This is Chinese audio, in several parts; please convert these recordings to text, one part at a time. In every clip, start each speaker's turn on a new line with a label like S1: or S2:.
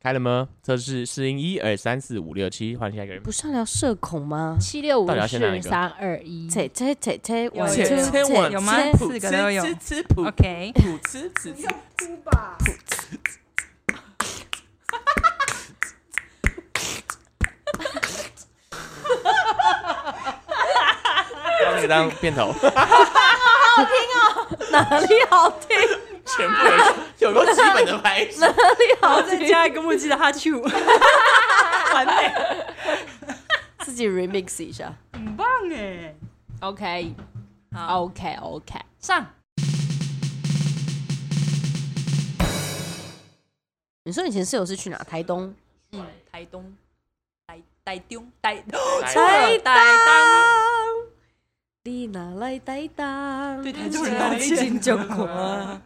S1: 开了吗？测试试音一二三四五六七，换下一个人。
S2: 不是要聊社恐吗？
S3: 七六五
S1: 到底要先哪一
S3: 四
S1: 个
S3: 三二一，
S2: 切切切切，
S4: 有
S2: 我
S4: 切
S2: 就
S4: 切
S2: 切
S4: 有
S2: 切
S4: 吗
S2: 切
S4: 四个都有
S1: 吃吃普
S4: OK，
S1: 普吃吃吃，当那个当片头，
S2: 哪里好听？
S1: 全部人有个基本的拍摄。
S4: 然后再加一个木屐的哈啾，完美，
S2: 自己 remix 一下。
S4: 很棒
S3: 欸
S4: 哎。
S3: OK
S4: 好，
S3: OK OK，
S4: 上
S2: 你说以前室友是去哪？台东？
S4: 嗯，台东，台台东，台
S1: 台
S4: 错了，台
S2: 你哪来台东？
S4: 东，对台东人道歉。
S2: 就苦啊！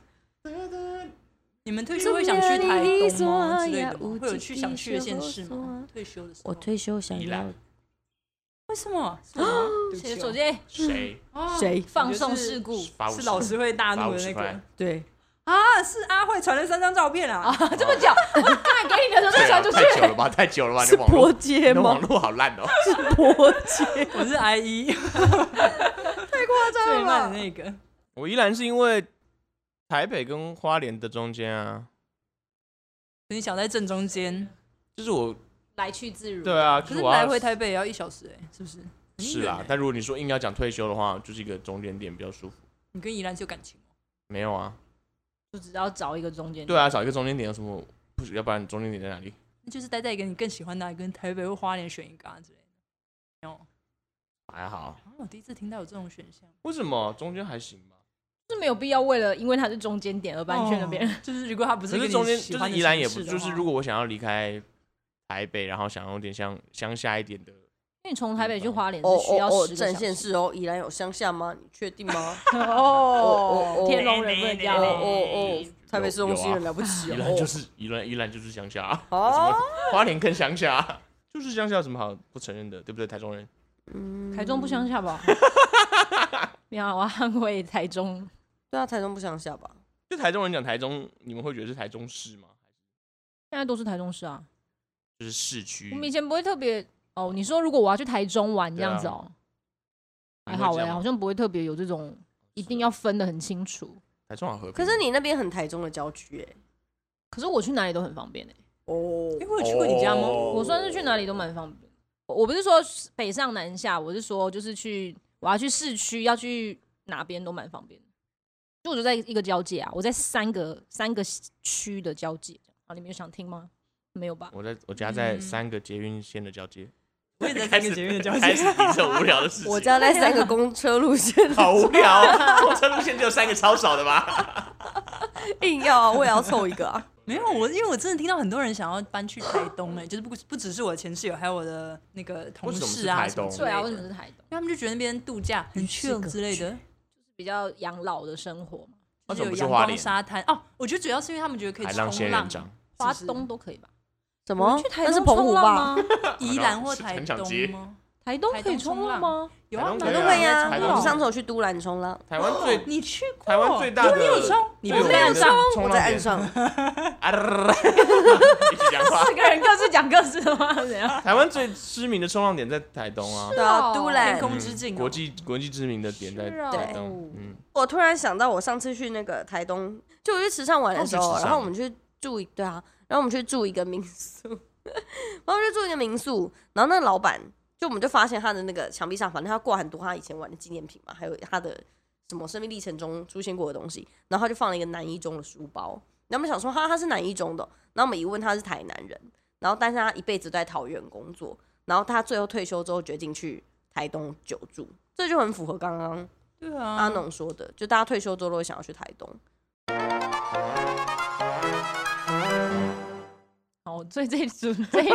S4: 你们退休会想去台东吗之类的吗？会有去想去的县市吗？退休的时候，啊
S2: 我退休想
S1: 宜
S2: 要
S1: 兰
S4: 为什么？
S3: 谁
S4: 谁
S3: 的
S4: 的
S3: 手
S4: 手
S3: 机
S4: 机？
S1: 谁
S4: 哦
S2: 谁？
S3: 放送事故
S1: 发
S4: 是老师会大
S1: 发
S4: 怒
S1: 五
S4: 的
S1: 十
S4: 那个
S1: 块？
S2: 对，
S4: 啊！是阿慧传了三张照片啊！
S3: 这么久，我刚才给你的时候就
S1: 对啊
S3: 传出去
S1: 太，久了吧，太久了吧，你
S2: 是
S1: 的网络
S2: 伯，
S1: 你
S2: 杰
S1: 的网
S2: 吗？
S1: 络好烂哦。
S2: 是伯杰。
S4: 我是 I E，最慢的那个。
S1: 我依然是因为台北跟花莲的中间啊，
S4: 你想在正中间，
S1: 就是我
S3: 来去自如。
S1: 对啊，就
S4: 可
S1: 是
S4: 是
S1: 我要
S4: 来回台北也要一小时哎、是不是？很
S1: 是啊
S4: 远
S1: 啦
S4: 欸。
S1: 但如果你说硬要讲退休的话，就是一个中间点比较舒服。
S4: 你跟宜兰是有感情吗？
S1: 没有啊，
S3: 就只要找一个中间。
S1: 对啊，找一个中间点有什么不是？要不然中间点在哪里？
S4: 那就是待在一个你更喜欢的啊，跟台北或花莲选一个啊之类的。没有，
S1: 还好，
S4: 啊我第一次听到有这种选项，
S1: 为什么中间还行吧？
S3: 是没有必要为了因为它是中间点而搬去那边。
S4: 哦就是如果他不是
S1: 可
S4: 一个
S1: 是
S4: 你
S1: 中间
S4: 喜
S1: 就
S4: 欢
S1: 是
S4: 的
S1: 宜兰也
S4: 城
S1: 不
S4: 市的
S1: 就是，
S4: 话
S1: 如果我想要离开台北，然后想要点像乡下一点的，
S3: 因为你从台北去花莲
S2: 哦
S3: 是需
S2: 哦
S3: 要
S2: 哦，
S3: 十个
S2: 正
S3: 小
S2: 县
S3: 时。
S2: 市哦，宜兰有乡下吗？你确定 吗？哦
S3: 哦
S2: 哦，
S3: 天龙人不能这
S2: 哦
S3: 样
S2: 哦
S3: 嘞。
S2: 哦，台北市中心人了不起
S1: 啊宜
S2: 哦。
S1: 兰就是宜兰，宜兰就是乡下啊，
S2: 哦
S1: 什么花莲更乡下啊， 就是乡下有什么好不承认的，对不对？台中人
S2: 嗯
S3: 台中不乡 下吧？你啊好，我要捍卫台中。
S2: 对啊，台中不乡下吧？
S1: 就台中人讲台中，你们会觉得是台中市吗？
S3: 现在都是台中市啊。
S1: 就是市区
S3: 我，们以前不会特别哦。你说如果我要去台中玩这样子哦，
S1: 对啊
S3: 还
S1: 你
S3: 好
S1: 会这
S3: 哎、
S1: 样吗啊
S3: 好像不会特别有这种一定要分得很清楚。
S1: 台中好和平。
S2: 可是你那边很台中的郊区哎。
S3: 可是我去哪里都很方便哎、
S2: 哦
S4: 哎、，我有去过你家吗？
S1: 哦
S3: 我算是去哪里都蛮方便。我我不是说北上南下，我是说就是去我要去市区，要去哪边都蛮方便的。就我就在一个交界啊，我在三个三个区的交界啊，你们有想听吗？没有吧？
S1: 我在我家在
S4: 嗯
S1: 三个捷运线的交接，
S4: 我也在三个捷运的交
S1: 开始。
S4: 界
S1: 提这无聊的事情。
S2: 我家在三个公车路线，
S1: 好无聊哦，公车路线只有三个，超少的吧？
S2: 硬要啊，我也要凑一个啊。
S4: 没有我，因为我真的听到很多人想要搬去台东哎、 就是不不只是我的前室友，还有我的那个同
S1: 为什么是
S4: 事啊
S1: 台
S4: 什么
S1: 东
S4: 之
S3: 对
S4: 类
S3: 啊，
S4: 的，
S3: 为什
S4: 因
S3: 么
S4: 为
S3: 是台东？
S4: 他们就觉得那边度假很 chill 之类的。
S3: 比较养老的生活嘛，
S1: 为
S4: 就
S1: 什么
S4: 是有
S1: 不是
S4: 阳
S1: 花
S4: 光
S1: 莲？
S4: 沙滩哦，我觉得主要是因为他们觉得可以
S1: 海
S4: 冲
S1: 浪仙人掌，
S3: 花
S4: 是
S3: 东都可以吧？
S2: 什么
S3: 去？台
S2: 那
S3: 东
S2: 是澎湖
S3: 冲浪啊
S2: 吧？
S3: 吗？
S4: 宜兰或
S1: 是
S4: 台
S1: 很想接
S4: 东吗？
S3: 台东
S4: 台
S3: 可以
S4: 东
S3: 冲
S4: 冲
S3: 浪
S4: 浪
S3: 吗？
S4: 有啊，
S1: 台东可以啊
S4: 蛮多
S2: 对
S4: 人
S2: 呀、
S4: 在
S1: 台
S4: 冲
S1: 东
S2: 我
S4: 浪
S2: 们上次有去都兰冲浪，
S1: 台湾最
S4: 你去过？
S1: 台
S4: 啊
S1: 湾最大的
S4: 你有冲？你不
S1: 对
S4: 是没有冲？
S2: 我在岸上，
S1: 啊！一起讲话。
S3: 四个人各自讲各自的吗？怎样？
S1: 台湾最知名的冲浪点在台东啊，
S2: 对啊，
S3: 哦
S2: 都
S4: 天
S2: 兰。
S4: 空之境哦，
S1: 国际国际知名的点在
S3: 是哦
S1: 台
S3: 对
S1: 东。嗯，
S2: 我突然想到，我上次去那个台东，就我去池上玩的时候，
S1: 哦去池上
S2: 然后我们去住一对啊，然后我们去住一个民宿， 然后我们就住一个民宿，然后那个老板就我们就发现他的那个墙壁上，反正他挂很多他以前玩的纪念品嘛，还有他的什么生命历程中出现过的东西，然后他就放了一个南一中的书包，然后我们想说哈他是南一中的哦，然后我们一问他是台南人，然后但是他一辈子都在桃园工作，然后他最后退休之后决定去台东久住，这就很符合刚刚。
S4: 对啊，
S2: 阿农说的，就大家退休之后都会想要去台东。
S3: 好，所以这一 组这一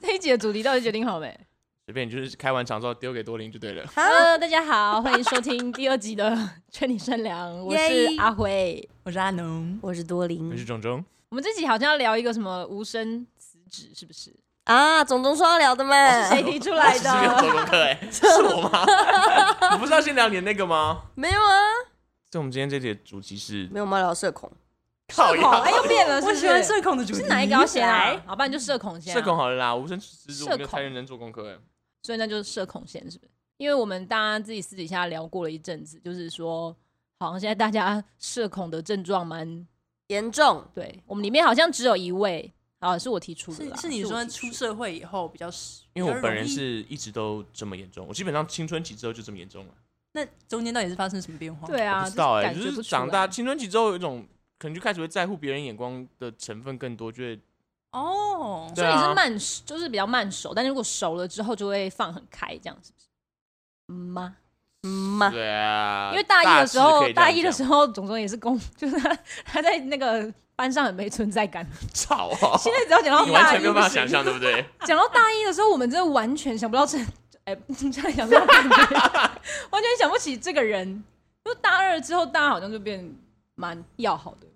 S3: 这一集的主题到底决定好没？
S1: 随便你就是开完场之后丢给多林就对了。
S3: 呃，大家好，欢迎收听第二集的《劝你善良》，我是
S2: 耶
S3: 阿辉。
S4: 我是阿农，
S2: 我是多
S1: 我是
S2: 林
S1: 种种，
S3: 我们这集好像要聊一个什么无声辞职，是不是？
S2: 啊，总总说要聊的嘛，
S3: 谁提出来
S1: 是没有
S3: 的？
S1: 做功课哎，是我 吗？我不是要先聊你的那个吗？
S2: 没有啊，
S1: 所以我们今天这节主题是
S2: 没有我们要聊社恐，
S1: 靠
S3: 社恐，
S1: 呀
S3: 哎，，又变了，是
S4: 我
S3: 不
S4: 喜欢
S3: 是？
S4: 社恐的主题。
S3: 是哪一个要先啊？好吧，你就社恐先啊。
S1: 社恐好了啦，我无声蜘蛛
S3: 社
S1: 我没有
S3: 恐
S1: 太认真做功课哎。
S3: 所以那就是社恐线，是不是？因为我们大家自己私底下聊过了一阵子，就是说，好像现在大家社恐的症状蛮……
S2: 严重，
S3: 对我们里面好像只有一位啊，是我提出的
S4: 是
S3: 啦，
S4: 是你
S3: 我
S4: 说
S3: 提
S4: 出
S3: 出
S4: 社会以后比较实，
S1: 因为
S4: 比
S1: 我
S4: 较容
S1: 本人
S4: 易
S1: 是一直都这么严重，我基本上青春期之后就这么严重了。
S4: 那中间到底是发生什么变化？
S3: 对
S1: 我
S3: 啊，
S1: 不知道哎、
S3: 感
S1: 就
S3: 觉
S1: 是
S3: 不出
S1: 长
S3: 来
S1: 大青春期之后有一种可能就开始会在乎别人眼光的成分更多，就会
S4: 哦，
S1: 对
S3: 所以你
S1: 啊
S3: 是慢，就是比较慢熟，但如果熟了之后就会放很开，这样是不是？嗯吗？
S2: 嗯吗？
S1: 对啊，
S3: 因为大一的时候，大一的时
S1: 候
S3: 候，总总也是公，就是他他在那个班上很没存在感。
S1: 吵啊、
S3: 现在只要讲到
S1: 你完
S3: 大
S1: 全
S3: 一
S1: 没有
S3: 不
S1: 办法
S3: 行，
S1: 想象，对不对？
S3: 讲到大一的时候，我们真的完全想不到这， 哎、这样想不到感觉， 完全想不起这个人。就大二之后，大家好像就变蛮要好的，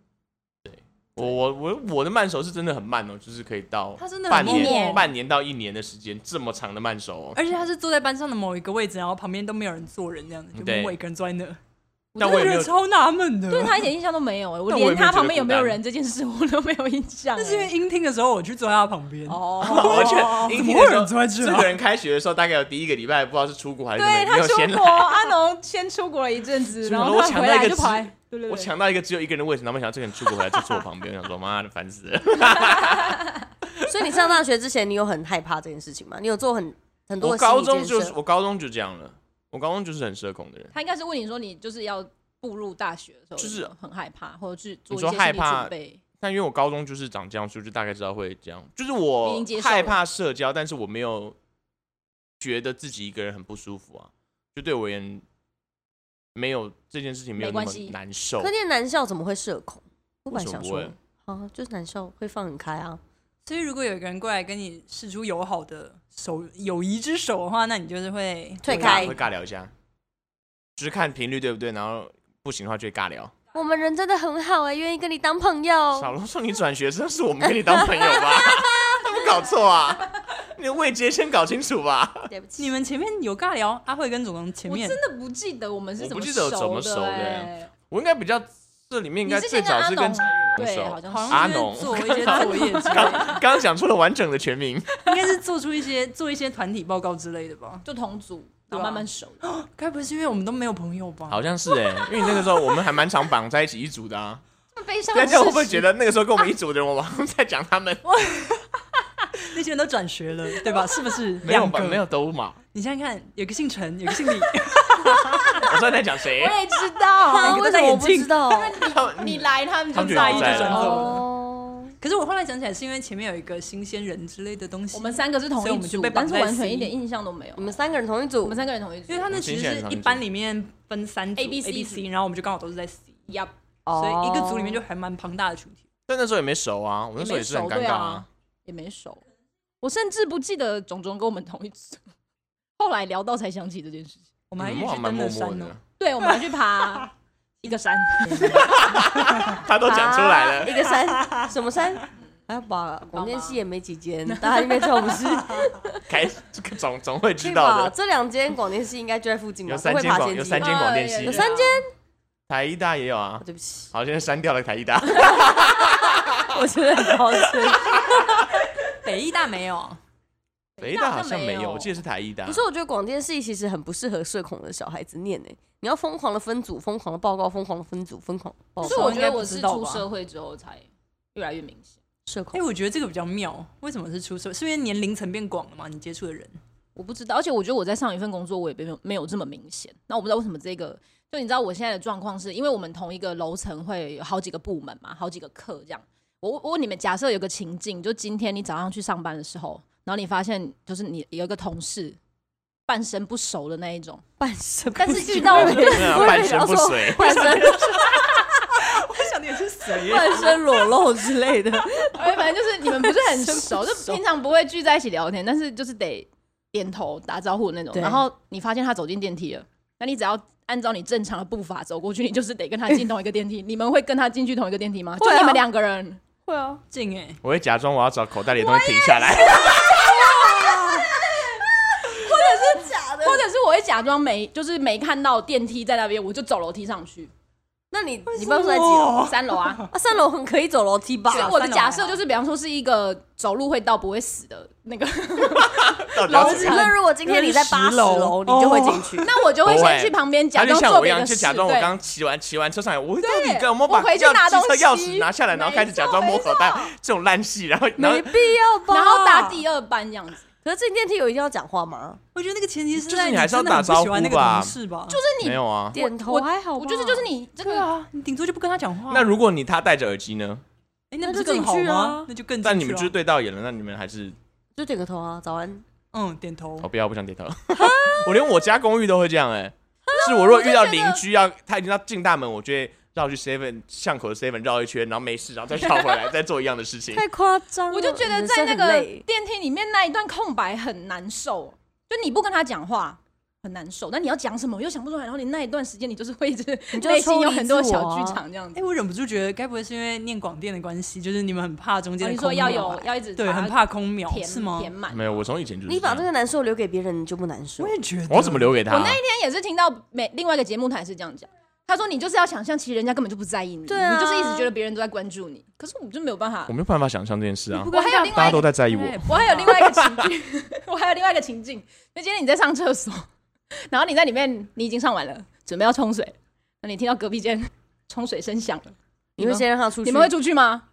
S1: 我我我我的慢熟是真的很慢哦，就是可以到
S4: 他真的
S1: 半
S4: 很
S3: 默默
S1: 年半年到一年的时间，这么长的慢熟、哦。
S4: 而且他是坐在班上的某一个位置，然后旁边都没有人坐人，这样子就
S1: 对
S4: 默默一个人坐在那，
S1: 但我也没
S4: 就觉
S1: 有
S4: 得，超纳闷的。
S3: 对他一点印象都没有、哎，我
S1: 但我也
S3: 连
S1: 没有
S3: 他
S1: 觉得
S3: 旁边有没有
S1: 孤单
S3: 人这件事 我都没有印象、
S4: 那是因为
S3: 哎
S4: 音听的时候我去坐在他旁边，
S3: 哦，
S1: 我觉得
S4: 啊怎
S1: 因
S4: 么
S1: 为
S4: 会有人坐在这
S1: 这
S4: 啊
S1: 个？人开学的时候，大概有第一个礼拜不知道是出国还是没
S3: 对他
S1: 有先
S3: 出国，
S1: 来。
S3: 阿农先出国了一阵子，
S1: 是
S3: 然
S1: 然
S3: 后
S1: 后我
S3: 他
S1: 抢
S3: 回
S1: 到一
S3: 来
S1: 个
S3: 就
S1: 资
S3: 跑来，对对
S1: 我
S3: 对，
S1: 抢到一个只有一个人的位置，然后没想到这个人出国回来就坐我旁边，我想说妈的烦 死了。
S2: 所以你上大学之前，你有很害怕这件事情吗？你有做很很多
S1: 我
S2: 的心理
S1: 高中
S2: 建
S1: 就
S2: 设
S1: 是我高中就这样了，我高中就是很社恐的人。
S3: 他应该是问你说你就是要步入大学的时候，
S1: 就是
S3: 很害怕，或者去做
S1: 你
S3: 一
S1: 说
S3: 些心
S1: 害
S3: 理
S1: 怕
S3: 准备。
S1: 但因为我高中就是长这样，所以我就大概知道会这样。就是
S3: 已
S1: 我
S3: 经接受了
S1: 害怕社交，但是我没有觉得自己一个人很不舒服啊。就对我而言，没有这件事情没有
S3: 没
S1: 那
S3: 关
S1: 么
S3: 系
S1: 难受
S2: 可。念男校怎么会社恐？我本来想
S1: 为
S2: 说
S1: 什么，
S2: 啊，就是男校会放很开啊。
S4: 所以如果有一个人过来跟你示出友好的手友谊之手的话，那你就是会
S2: 退
S1: 会
S2: 开
S1: 啊尬会尬聊一下，就是看频率对不对，然后不行的话就会尬聊。
S2: 我们人真的很好哎、愿意跟你当朋
S3: 哦
S2: 友。
S1: 小龙说你转学生是我们跟你当朋友吧？ 他们搞错啊！你的位阶先搞清楚吧。
S2: 对不起，
S4: 你们前面有尬聊，阿慧跟总总前
S3: 我
S4: 面
S3: 真的不记得我们是
S1: 我
S3: 怎
S1: 不
S3: 么
S1: 记得有怎么熟
S3: 的
S1: 的
S3: 哎，
S1: 我应该比较这里面应
S3: 你
S1: 该
S3: 是
S1: 最
S3: 先跟
S1: 早
S3: 阿
S1: 是跟
S3: 农
S1: 陈
S3: 对，
S1: 熟
S3: 好像
S4: 好
S3: 是
S1: 阿
S4: 像是
S1: 农
S4: 做一些作业之
S1: 刚
S4: 类的，
S1: 刚 刚讲出了完整的全名。
S4: 应该是做出一些做一些团体报告之类的吧？
S3: 就同组，
S4: 对
S3: 然
S4: 啊
S3: 后慢慢熟的。
S4: 该不会是因为我们都没有朋友吧？
S1: 好像是哎、因为那个时候我们还蛮常绑在一起一组的啊。
S3: 这么悲伤
S1: 大
S3: 的
S1: 家
S3: 事
S1: 会不会
S3: 情
S1: 觉得那个时候跟我们一组的人，我们好像在讲他们？
S4: 那些人都转学了，对 吧？是不是？
S1: 没有
S4: 两
S1: 吧？
S4: 个
S1: 没有。都嘛？
S4: 你想想看，有个姓陈，有个姓李，
S1: 我知道你在讲谁
S3: 我？也知道，
S2: 啊，
S4: 每个
S2: 为什
S4: 都戴
S2: 么我
S4: 眼
S2: 不
S4: 镜
S2: 知道？
S1: 他们
S3: 你来他们
S1: 他们
S3: 就
S1: 觉得
S4: 大一
S1: 我
S4: 就
S1: 在
S4: 转
S1: 了
S4: 走了。
S2: 哦，
S4: 可是我后来想起来，是因为前面有一个新鲜人之类的东西。
S3: 我们，三个是同
S4: 所以我
S3: 一
S4: 们就
S3: 组
S4: 被，绑
S3: 但是
S4: 在
S3: 完
S4: 一
S3: 全
S4: 起
S3: 一点印象都没有
S2: 你。们三个人同一组，
S3: 我们三个人同一组
S4: 因为，他们其实是一班里面分三组
S3: A B C 哦
S4: B C，然后我们就刚好都是在 C，
S3: 呀，
S4: 所以一个组里面
S2: 就
S4: 就还蛮庞大的群体。
S1: 但那时候也没熟啊，我那时候也是很尴
S3: 也没熟对
S1: 尬
S3: 啊。也没熟。我甚至不记得种种跟我们同一组， 后来聊到才想起这件事情。
S4: 我
S1: 我
S4: 们还一
S1: 嗯我
S4: 起
S1: 好
S4: 去
S1: 蛮
S4: 登
S1: 默
S4: 了
S1: 默
S4: 山
S1: 的
S4: 呢。，
S3: 对，我们还去 爬一个山，
S1: 他都讲出来
S3: 啊
S1: 了。
S2: 一个 山，什么山？还要把哎广电系也没几间，大家那边跳舞是
S1: 开 这个总总会
S2: 对
S1: 知道
S2: 吧？
S1: 的。
S2: 这两间广电系应该就在附近吧？
S1: 有
S2: 不
S1: 三
S2: 会
S1: 间
S2: 爬
S1: 广，
S2: 仙
S1: 有
S2: 机
S1: 三
S2: 吧？
S1: 间广电
S3: 哎
S1: 系
S3: 有，
S2: 三间
S1: 台医大也有啊
S2: 哦。对不起，
S1: 好，现在删掉了台医 大，
S2: 我觉得很抱歉。
S4: 北艺大没有，
S1: 北医大好像
S3: 没
S1: 没有，
S3: 有
S1: 我记得是台医大
S2: 可。是我觉得广电系其实很不适合社恐的小孩子念呢、你要疯狂的分组，疯狂的报告，疯狂的分组，疯狂地报
S3: 可
S2: 告。
S3: 是
S4: 我
S3: 我
S4: 应
S3: 觉
S4: 该
S3: 得
S4: 不
S3: 我
S4: 知
S3: 是
S4: 道吧
S3: 出社会之后才越来越明显。
S2: 社恐，
S4: 哎，我觉得这个比较妙。为什么是出社？是因为年龄层变广了嘛？你接触的人，
S3: 我不知道，而且我觉得我在上一份工作我也没有没有这么明显。那我不知道为什么这个，就你知道我现在的状况是因为我们同一个楼层会有好几个部门嘛，好几个课这样。我我问你们，假设有个情境，就今天你早上去上班的时候，然后你发现就是你有一个同事半身不熟的那一种，
S2: 半身不
S3: 但
S2: 遂，
S3: 是遇到 我
S1: 真的半身不遂，
S2: 半身
S4: 我想的也 是谁呀？
S2: 半身裸露之类的，
S3: 哎， 反正就是你们不是 很熟，就平常不会聚在一起聊天，但是就是得点头打招呼的那种。
S4: 对
S3: 然后你发现他走进电梯了，那你只要按照你正常的步伐走过去，你就是得跟他进同一个电梯。你们会跟他进去同一个电梯吗？就
S2: 会啊
S3: 你们两个人，
S2: 会啊，
S4: 静哎，
S1: 我会假装我要找口袋里的东西停下来。
S2: 假的
S3: 啊或者是我会假装没，就是没看到电梯在那边，我就走楼梯上去。
S2: 那你你办
S1: 哦
S2: 公室在几楼？
S3: 三 楼啊。
S2: 啊，三楼很可以走楼梯吧？
S4: 是
S3: 我的
S1: 啊
S3: 假设就是，啊比方说是一个走路会到不会死的 那个，
S1: 到底要
S3: 老
S1: 怎
S3: 子
S1: 样
S2: 那如果今天你在八十
S4: 十
S2: 楼，
S4: 楼
S2: 你就会进去。
S3: 那我就会
S1: 不
S3: 先
S1: 会
S3: 去旁边假
S1: 他就
S3: 装
S1: 像
S3: 做
S1: 我一
S3: 别
S1: 样，
S3: 的
S1: 就
S3: 事。
S1: 假装我
S3: 对
S1: 刚骑完骑完车上来，我到底
S3: 对
S1: 跟有没有把
S3: 我回去
S1: 钥
S3: 拿
S1: 机车
S3: 东西
S1: 钥匙拿下来，然后开始
S3: 没
S1: 假装摸
S3: 错
S1: 口袋这种烂戏，然后然后
S2: 没必要吧？
S3: 然后打第二班这样子，
S2: 可是进电梯有一定要讲话吗？
S4: 我觉得那个前提是
S1: 就是
S4: 在
S1: 你还是要
S4: 真的很
S1: 打
S4: 不喜欢那个
S1: 招呼吧
S4: 同事吧，就
S3: 就是
S1: 没
S3: 你，
S1: 有啊。
S2: 点头
S3: 我
S2: 还好吧，
S3: 我觉得就是你这
S4: 对
S3: 个
S4: 啊，你顶多就不跟他讲话。
S1: 那如果你他戴着耳机呢？
S4: 哎，那
S2: 那
S4: 不是
S2: 就
S4: 更
S2: 进
S4: 好
S2: 去啊
S4: 吗？那就更
S1: 但
S4: 进
S1: 你们
S4: 去
S1: 就是
S4: 啊
S1: 对到眼了，那你们还是
S2: 就点个头啊，早安。
S4: 嗯点头
S1: 哦，不要，不想点头。 我连我家公寓都会这样哎，是我如果遇到邻居要他已经到进大门，我就会绕去 seven 巷口的 seven 绕一圈，然后没事，然后再绕回 来，再做一样的事情。
S2: 太夸张了，
S3: 我就觉得
S2: 人
S3: 在
S2: 生
S3: 那
S2: 很
S3: 个
S2: 累
S3: 电梯里面那一段空白很难受，就你不跟他讲话很难受，那你要讲什么又想不出来，然后你那一段时间你就是会一直
S2: 你就
S3: 内心
S2: 抽
S3: 有
S2: 离
S3: 很多
S2: 自我
S3: 小
S2: 啊
S3: 剧场这样子。
S4: 哎，我忍不住觉得，该不会是因为念广电的关系，就是你们很怕中
S3: 然
S4: 间
S3: 后哦
S4: 的
S3: 你说
S4: 空
S3: 要
S4: 秒
S3: 有
S4: 吧
S3: 要一直
S4: 对，
S3: 把它
S4: 很怕空秒
S3: 填
S4: 是吗？
S3: 填 满。
S1: 没有，我从以前就是
S2: 你把这
S1: 样
S2: 个难受留给别人，你就不难受
S4: 我。也觉得，
S1: 我要怎么留给他
S3: 我那一天也是听到每另外一个节目台是这样讲，他说你就是要想象，其实人家根本就不在意你，
S2: 对啊
S3: 你就是一直觉得别人都在关注你，可是我就没有办法
S1: 我。没有办法想象这件事啊
S3: 我
S4: 不，跟
S3: 还有
S4: 大家
S3: 另
S1: 大
S3: 外
S1: 家
S3: 一个
S1: 都在在意我。
S3: 我还有另外一个情境， 我还有另外一个情境，就今天你在上厕所，然后你在里面，你已经上完了，准备要冲水，那你听到隔壁间冲水声响了，
S2: 你会
S3: 们
S2: 先让他出去？
S3: 你们会出去吗？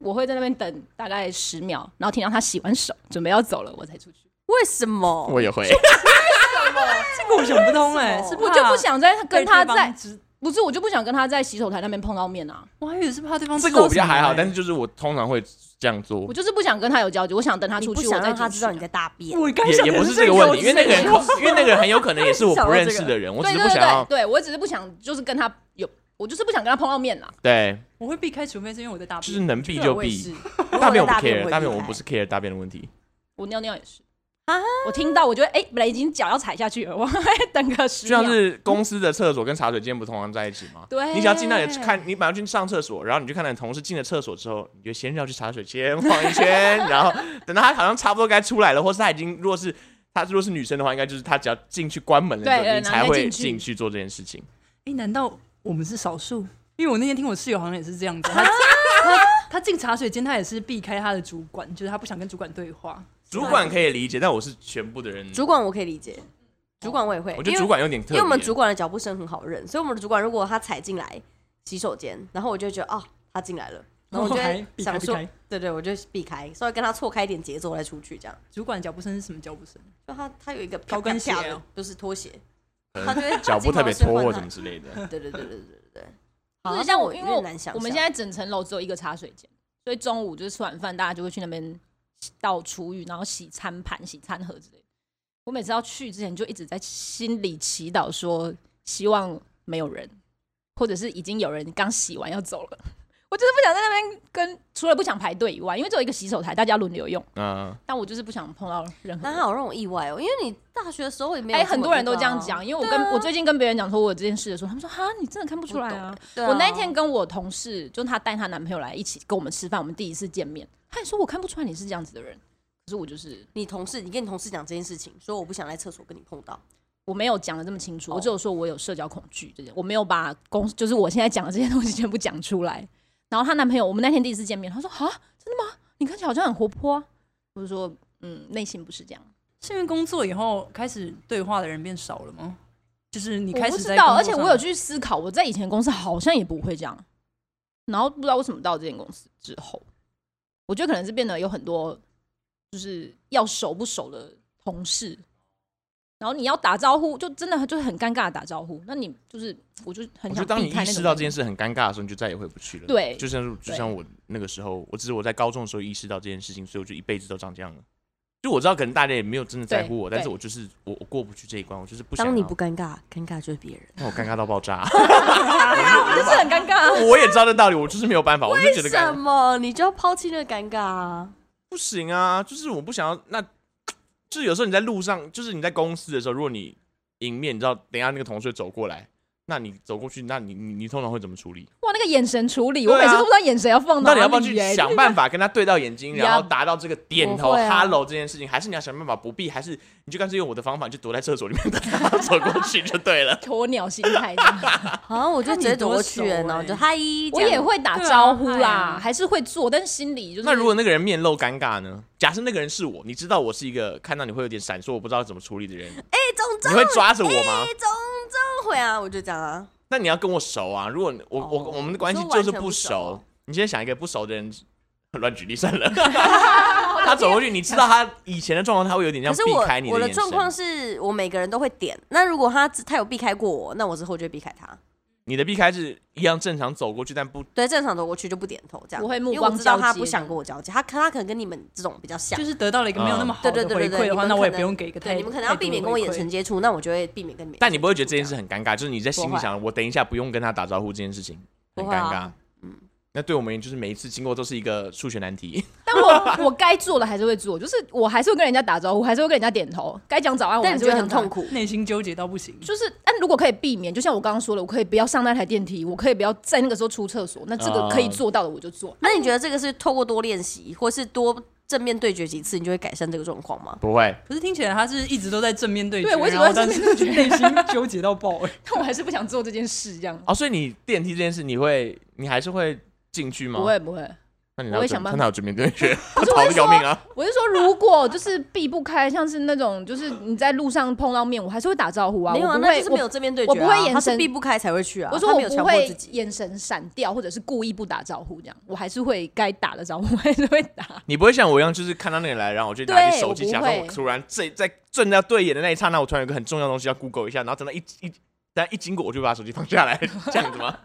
S3: 我会在那边等大概十秒，然后听到他洗完手准备要走了，我才出去。
S2: 为什么？
S1: 我也会，
S4: 这个我想不通哎，是
S3: 我
S4: 怕
S3: 就不想在
S4: 被
S3: 跟他
S4: 对方
S3: 在，
S4: 知，
S3: 不是，我就不想跟他在洗手台那边碰到面啊，
S4: 我还以为是怕对方
S1: 这
S4: 知
S1: 个
S4: 道
S1: 我比较
S4: 什么
S1: 还好，
S4: 欸
S1: 但是就是我通常会这样做
S3: 我，就是不想跟他有交集，我想等他
S2: 你
S3: 出
S2: 不
S3: 去，
S2: 想
S3: 我再
S2: 让他啊
S3: 出
S2: 知道
S3: 去啊
S2: 你在大便？
S4: 我刚
S1: 也
S4: 想
S1: 也
S4: 的
S1: 不是这个
S4: 个
S1: 问题，因为那个人
S4: 我
S1: 可，因为那个人很有可能也是我不认识的人，我只
S3: 对
S1: 是
S3: 对
S1: 不
S3: 对
S1: 想
S3: 对
S1: 要，
S3: 对，我只是不想就是跟他有，我就是不想跟他碰到面啦。
S1: 对，
S4: 我会避开，除非是因为我在大
S1: 就是
S4: 便。
S1: 能避就避。
S2: 如果
S1: 大便我
S2: 在
S1: 不
S2: 我
S1: care，
S2: 会
S1: 大便
S2: 避
S1: 我
S2: 开
S1: 不是 care 大便的问题。
S3: 我尿尿也是
S2: 啊
S3: 我听到我觉得哎、本来已经脚要踩下去了，我还 等个十
S1: 就
S3: 秒
S1: 像。是公司的厕所跟茶水间不通常在一起吗？
S3: 对
S1: 你只要进到你的看，你本来要去上厕所，然后你就看到你同事进了厕所之后，你就先绕去茶水间晃一圈，然后等到他好像差不多该出来了，或是他已经如果是他如果是女生的话，应该就是他只要进去关门了，
S3: 对
S2: 呃
S3: 对
S1: 你
S3: 然
S1: 才
S3: 后再
S1: 会
S3: 进去
S1: 进去做这件事情。
S4: 哎，难道我们是少数？因为我那天听我室友好像也是这样子，
S3: 啊
S4: 他他进茶水间，他也是避开他的主管，就是他不想跟主管对话。
S1: 主管可以理解，但我是全部的人，
S2: 主管我可以理解，主管我也会，
S1: 我觉
S2: 因
S1: 得
S2: 为
S1: 主管有点特
S2: 因
S1: 别，
S2: 为我们主管的脚步声很好认，所以我们的主管如果他踩进来洗手间，然后我就会觉得哦，他进来了，然后我就
S4: 然
S2: 会
S4: 后哦还避开
S2: 想
S4: 避
S2: 说
S4: 开，
S2: 对对，我就避开，稍微跟他错开一点节奏再出去，这样。
S4: 主管脚步声是什么脚步声？
S2: 就他他有一个
S4: 高跟鞋
S2: 啪啪啪
S4: 哦
S2: 的，不是拖鞋，
S1: 嗯
S2: 他就会
S1: 啊脚步特别
S2: 进
S1: 拖
S2: 门的
S1: 或
S2: 时候换
S1: 什么之类的。
S2: 他。对对对对对对对。
S3: 就
S2: 好
S3: 是
S2: 那
S3: 像
S2: 这
S3: 我，
S2: 样
S3: 因
S2: 有
S3: 为
S2: 点
S3: 我
S2: 难想象
S3: 我们现在整层楼只有一个茶水间，所以中午就是吃完饭，大家就会去那边倒厨余，然后洗餐盘、洗餐盒之类的。我每次要去之前就一直在心里祈祷说，希望没有人，或者是已经有人刚洗完要走了。 我就是不想在那边跟，除了不想排队以外，因为只有一个洗手台，大家轮流用。
S1: 嗯，
S3: 但我就是不想碰到任何
S2: 那
S3: 人
S2: 他。好让我意外哦，因为你大学的时候也没有
S3: 哎、
S2: 这么那个啊、
S3: 很多人都这样讲，因为我跟、
S2: 对啊
S3: 我最近跟别人讲说我有这件事的时候，他们说哈，你真的看不出来啊。
S2: 对啊。
S3: 我那一天跟我同事，就她带她男朋友来一起跟我们吃饭，我们第一次见面，她也说我看不出来你是这样子的人，可是我就是
S2: 你同事，你跟你同事讲这件事情，说我不想在厕所跟你碰到，
S3: 我没有讲的这么清楚，
S2: 哦
S3: 我只有说我有社交恐惧这件，我没有把公就是我现在讲的这些东西全部讲出来。然后她男朋友，我们那天第一次见面，他说哈，真的吗？你看起来好像很活泼啊。我就说嗯，内心不是这样。
S4: 是因为工作以后开始对话的人变少了吗？就是你
S3: 我
S4: 开
S3: 不
S4: 始
S3: 知
S4: 在
S3: 道，
S4: 工作
S3: 而且
S4: 上
S3: 我有去思考，我在以前公司好像也不会这样，然后不知道为什么到这间公司之后，我觉得可能是变得有很多就是要熟不熟的同事，然后你要打招呼，就真的就是很尴尬的打招呼，那你就是我就
S1: 我
S3: 很
S1: 觉
S3: 想
S1: 得当你
S3: 避开
S1: 意
S3: 那
S1: 识
S3: 种
S1: 到这件事很尴尬的时候，你就再也回不去了。
S3: 对
S1: 就像是就
S3: 对
S1: 像我那个时候，我只是我在高中的时候意识到这件事情，所以我就一辈子都长这样了。就我知道，可能大家也没有真的在乎我，
S3: 对
S1: 但是我就是我，我过不去这一关，我就是不想要。
S2: 当你不哦尴尬，尴尬就是别人。
S1: 让我尴尬到爆炸，
S3: 就是很尴尬。
S1: 我也知道这道理，我就是没有办法，我就觉得
S2: 什
S1: 尴尬
S2: 么？你就要抛弃那个尴尬 啊？
S1: 不行啊，就是我不想要。那就是有时候你在路上，就是你在公司的时候，如果你迎面，你知道，等一下那个同事走过来，那你走过去，那你你你通常会怎么处理？
S3: 哇，那个眼神处理，
S1: 对啊
S3: 我每次都不知道眼神要放
S1: 到底
S3: 哪里哎
S1: 要不要去
S3: 耶
S1: 想办法跟他对到眼 睛，
S3: 呀
S1: 然后达到这个点头
S3: 我会啊
S1: hello 这件事情？还是你要想办法不避？还是你就干脆用我的方法，你就躲在厕所里面等 他走过去就对了。
S3: 鸵鸟心态这 样，
S2: 啊，我就直接走过去
S4: 看你多熟欸
S2: 了，然后就嗨，
S3: 我
S2: 这样
S3: 也会打招呼
S4: 对
S3: 啦
S4: 啊，
S3: 还是会做，但是心里就是
S1: 那如果那个人面露尴尬呢？假设那个人是我，你知道我是一个看到你会有点闪烁，我不知道怎么处理的人，
S2: 哎，中
S1: 你
S2: 中
S1: 会抓着我吗？
S2: 中中会啊，我就这样啊，
S1: 那你要跟我熟啊！如果我我
S2: 哦
S1: 我们的关系
S2: 你说
S1: 就
S2: 完
S1: 是
S2: 全
S1: 不
S2: 不
S1: 熟
S2: 熟，啊
S1: 你现在想一个不熟的人，乱举例算 了。他走过去，你知道他以前的状况，他会有点像
S2: 可是
S1: 避
S2: 我
S1: 开你
S2: 我的
S1: 眼神
S2: 状。况是我每个人都会点，那如果他只他有避开过我，那我之后就会避开他。
S1: 你的避开是一样正常走过去，但不
S2: 对，正常走过去就不点头，这样
S3: 我会目
S2: 因为我
S3: 光
S2: 知道
S3: 交
S2: 他
S3: 接
S2: 不想跟我交接，他他可能跟你们这种比较像
S4: 就，是得到了一个没有那么好
S2: 啊对
S4: 的
S2: 对
S4: 回
S2: 对对对
S4: 馈的话，
S2: 你们
S4: 那我也
S2: 可能
S4: 不用给一个太
S2: 对，你们可能要避免跟我眼神。接触，那我就会避免跟你们。
S1: 但你不会觉得这件事，很
S3: 啊
S1: 尴尬，就是你在心
S2: 不
S1: 里
S2: 会
S1: 想，我等一下不用跟他打招呼这件事情很
S2: 不
S1: 尴
S2: 会
S1: 尬
S2: 啊。
S1: 嗯，那对我们就是每一次经过都是一个数学难题。
S3: 但我我该做的还是会做，就是我还是会跟人家打招呼，还是会跟人家点头，该讲早安我
S2: 但
S3: 还
S2: 你
S3: 是
S2: 觉
S3: 会
S2: 得
S3: 讲
S2: 很
S3: 早安
S2: 痛。苦，
S4: 内心纠结到不行，
S3: 就是，但如果可以避免，就像我刚刚说的，我可以不要上那台电梯，我可以不要在那个时候出厕所，那这个可以做到的我就做。
S2: 那你觉得这个是透过多练习，或是多正面对决几次，你就会改善这个状况吗？
S1: 不会，
S4: 可是听起来他是一直都在正面对决，
S3: 对我一直都
S4: 然后
S3: 在
S4: 但
S3: 正面
S4: 是
S3: 对决
S4: 内心纠结到爆哎、
S3: 但我还是不想做这件事，这样
S1: 哦，所以你电梯这件事，你会，你还是会进去吗？
S3: 不。会不会。
S1: 那你
S3: 我
S1: 要
S3: 会
S1: 准
S3: 想办
S1: 看
S3: 法
S1: 他有准面对决，
S3: 不是
S1: 逃
S3: 我
S1: 得
S3: 是
S1: 要
S3: 说
S1: 命啊！
S3: 我是说，如果就是避不开，像是那种就是你在路上碰到面，我还是会打招呼啊，
S2: 没有啊，
S3: 我不
S2: 那
S3: 会
S2: 就是
S3: 我
S2: 没有正面对决、
S3: 我
S2: 啊，
S3: 不会眼
S2: 他是
S3: 神
S2: 避不开才会去啊。
S3: 我说
S2: 他
S3: 我
S2: 没有
S3: 不
S2: 强迫
S3: 会
S2: 自己，
S3: 眼神闪掉，或者是故意不打招呼这样，我还是会该打的招呼还是会打。
S1: 你不会像我一样，就是看到那个人来，然后我就拿起
S3: 对
S1: 手
S3: 我
S1: 机，
S3: 不
S1: 假装
S3: 会
S1: 我突然这在正要对眼的那一刹那，我突然有个很重要的东西要 Google 一下，然后等到一一但一经过，我就把手机放下来， 这样子 吗？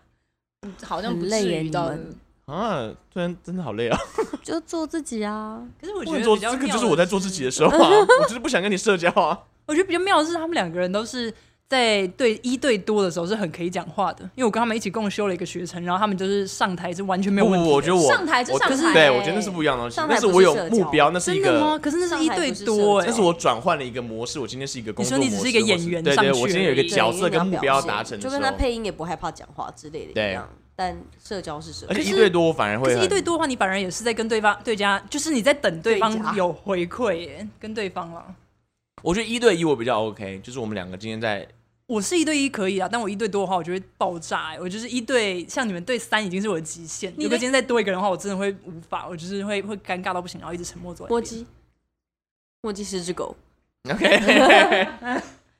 S3: 好像
S2: 很
S3: 不
S2: 累
S3: 至
S2: 耶
S3: 于
S2: 你
S3: 到
S2: 们
S1: 啊，突然真的好累啊！
S2: 就做自己啊。
S4: 可是我
S1: 不
S4: 觉
S1: 能
S4: 得
S1: 做
S4: 比较
S1: 这个，
S4: 妙的
S1: 就是我在做自己的时候啊，我 就是不想跟你社交啊。
S4: 我觉得比较妙的是，他们两个人都是在对一对多的时候是很可以讲话的，因为我跟他们一起共修了一个学程，然后他们就是上台是完全 没有
S1: 不
S4: 问
S1: 不不，
S4: 题的。
S1: 我觉得我
S3: 上台是
S1: 我
S3: 上台
S1: 对
S3: 欸
S1: 我觉得那是不一样的东西
S2: 上，台
S1: 那
S2: 不
S1: 是
S2: 是
S1: 我有
S2: 社交
S1: 目标，那是一
S4: 真的吗？
S1: 个，
S4: 可是那是一对
S2: 上台不
S4: 多
S2: 是社交
S4: 哎、
S1: 那是我转换了一个模式。我今天是一个工作
S4: 你
S1: 模
S4: 说
S1: 式，
S4: 你只是一个演员
S1: 对对，
S4: 上去
S1: 我今天有一个
S4: 而已
S1: 角色
S2: 对因为你
S1: 跟
S2: 要
S1: 目标
S2: 表现
S1: 达成的时
S2: 就
S1: 候，
S2: 跟他配音也不会怕讲话之类的
S1: 对
S2: 一样。但社交是社交，
S1: 而且一
S2: 就是
S1: 对多反而
S4: 可
S1: 会
S4: 是，一对
S1: 很
S4: 多的话，你反而也是在跟对方对家，就是你在等对
S2: 对
S4: 方
S2: 家
S4: 有回馈耶，跟对方了。
S1: 我觉得一对一我比较 OK，就是我们两个今天在
S4: 我是一对一可以啊，但我一对多的话，我就会爆炸、欸。我就是一对，像你们对三已经是我的极限。
S3: 的
S4: 如果今天再多一个人的话，我真的会无法，我就是会会尴尬到不行，然后一直沉默坐在那
S2: 墨
S4: 边。
S2: 迹，墨迹是只狗，
S1: OK，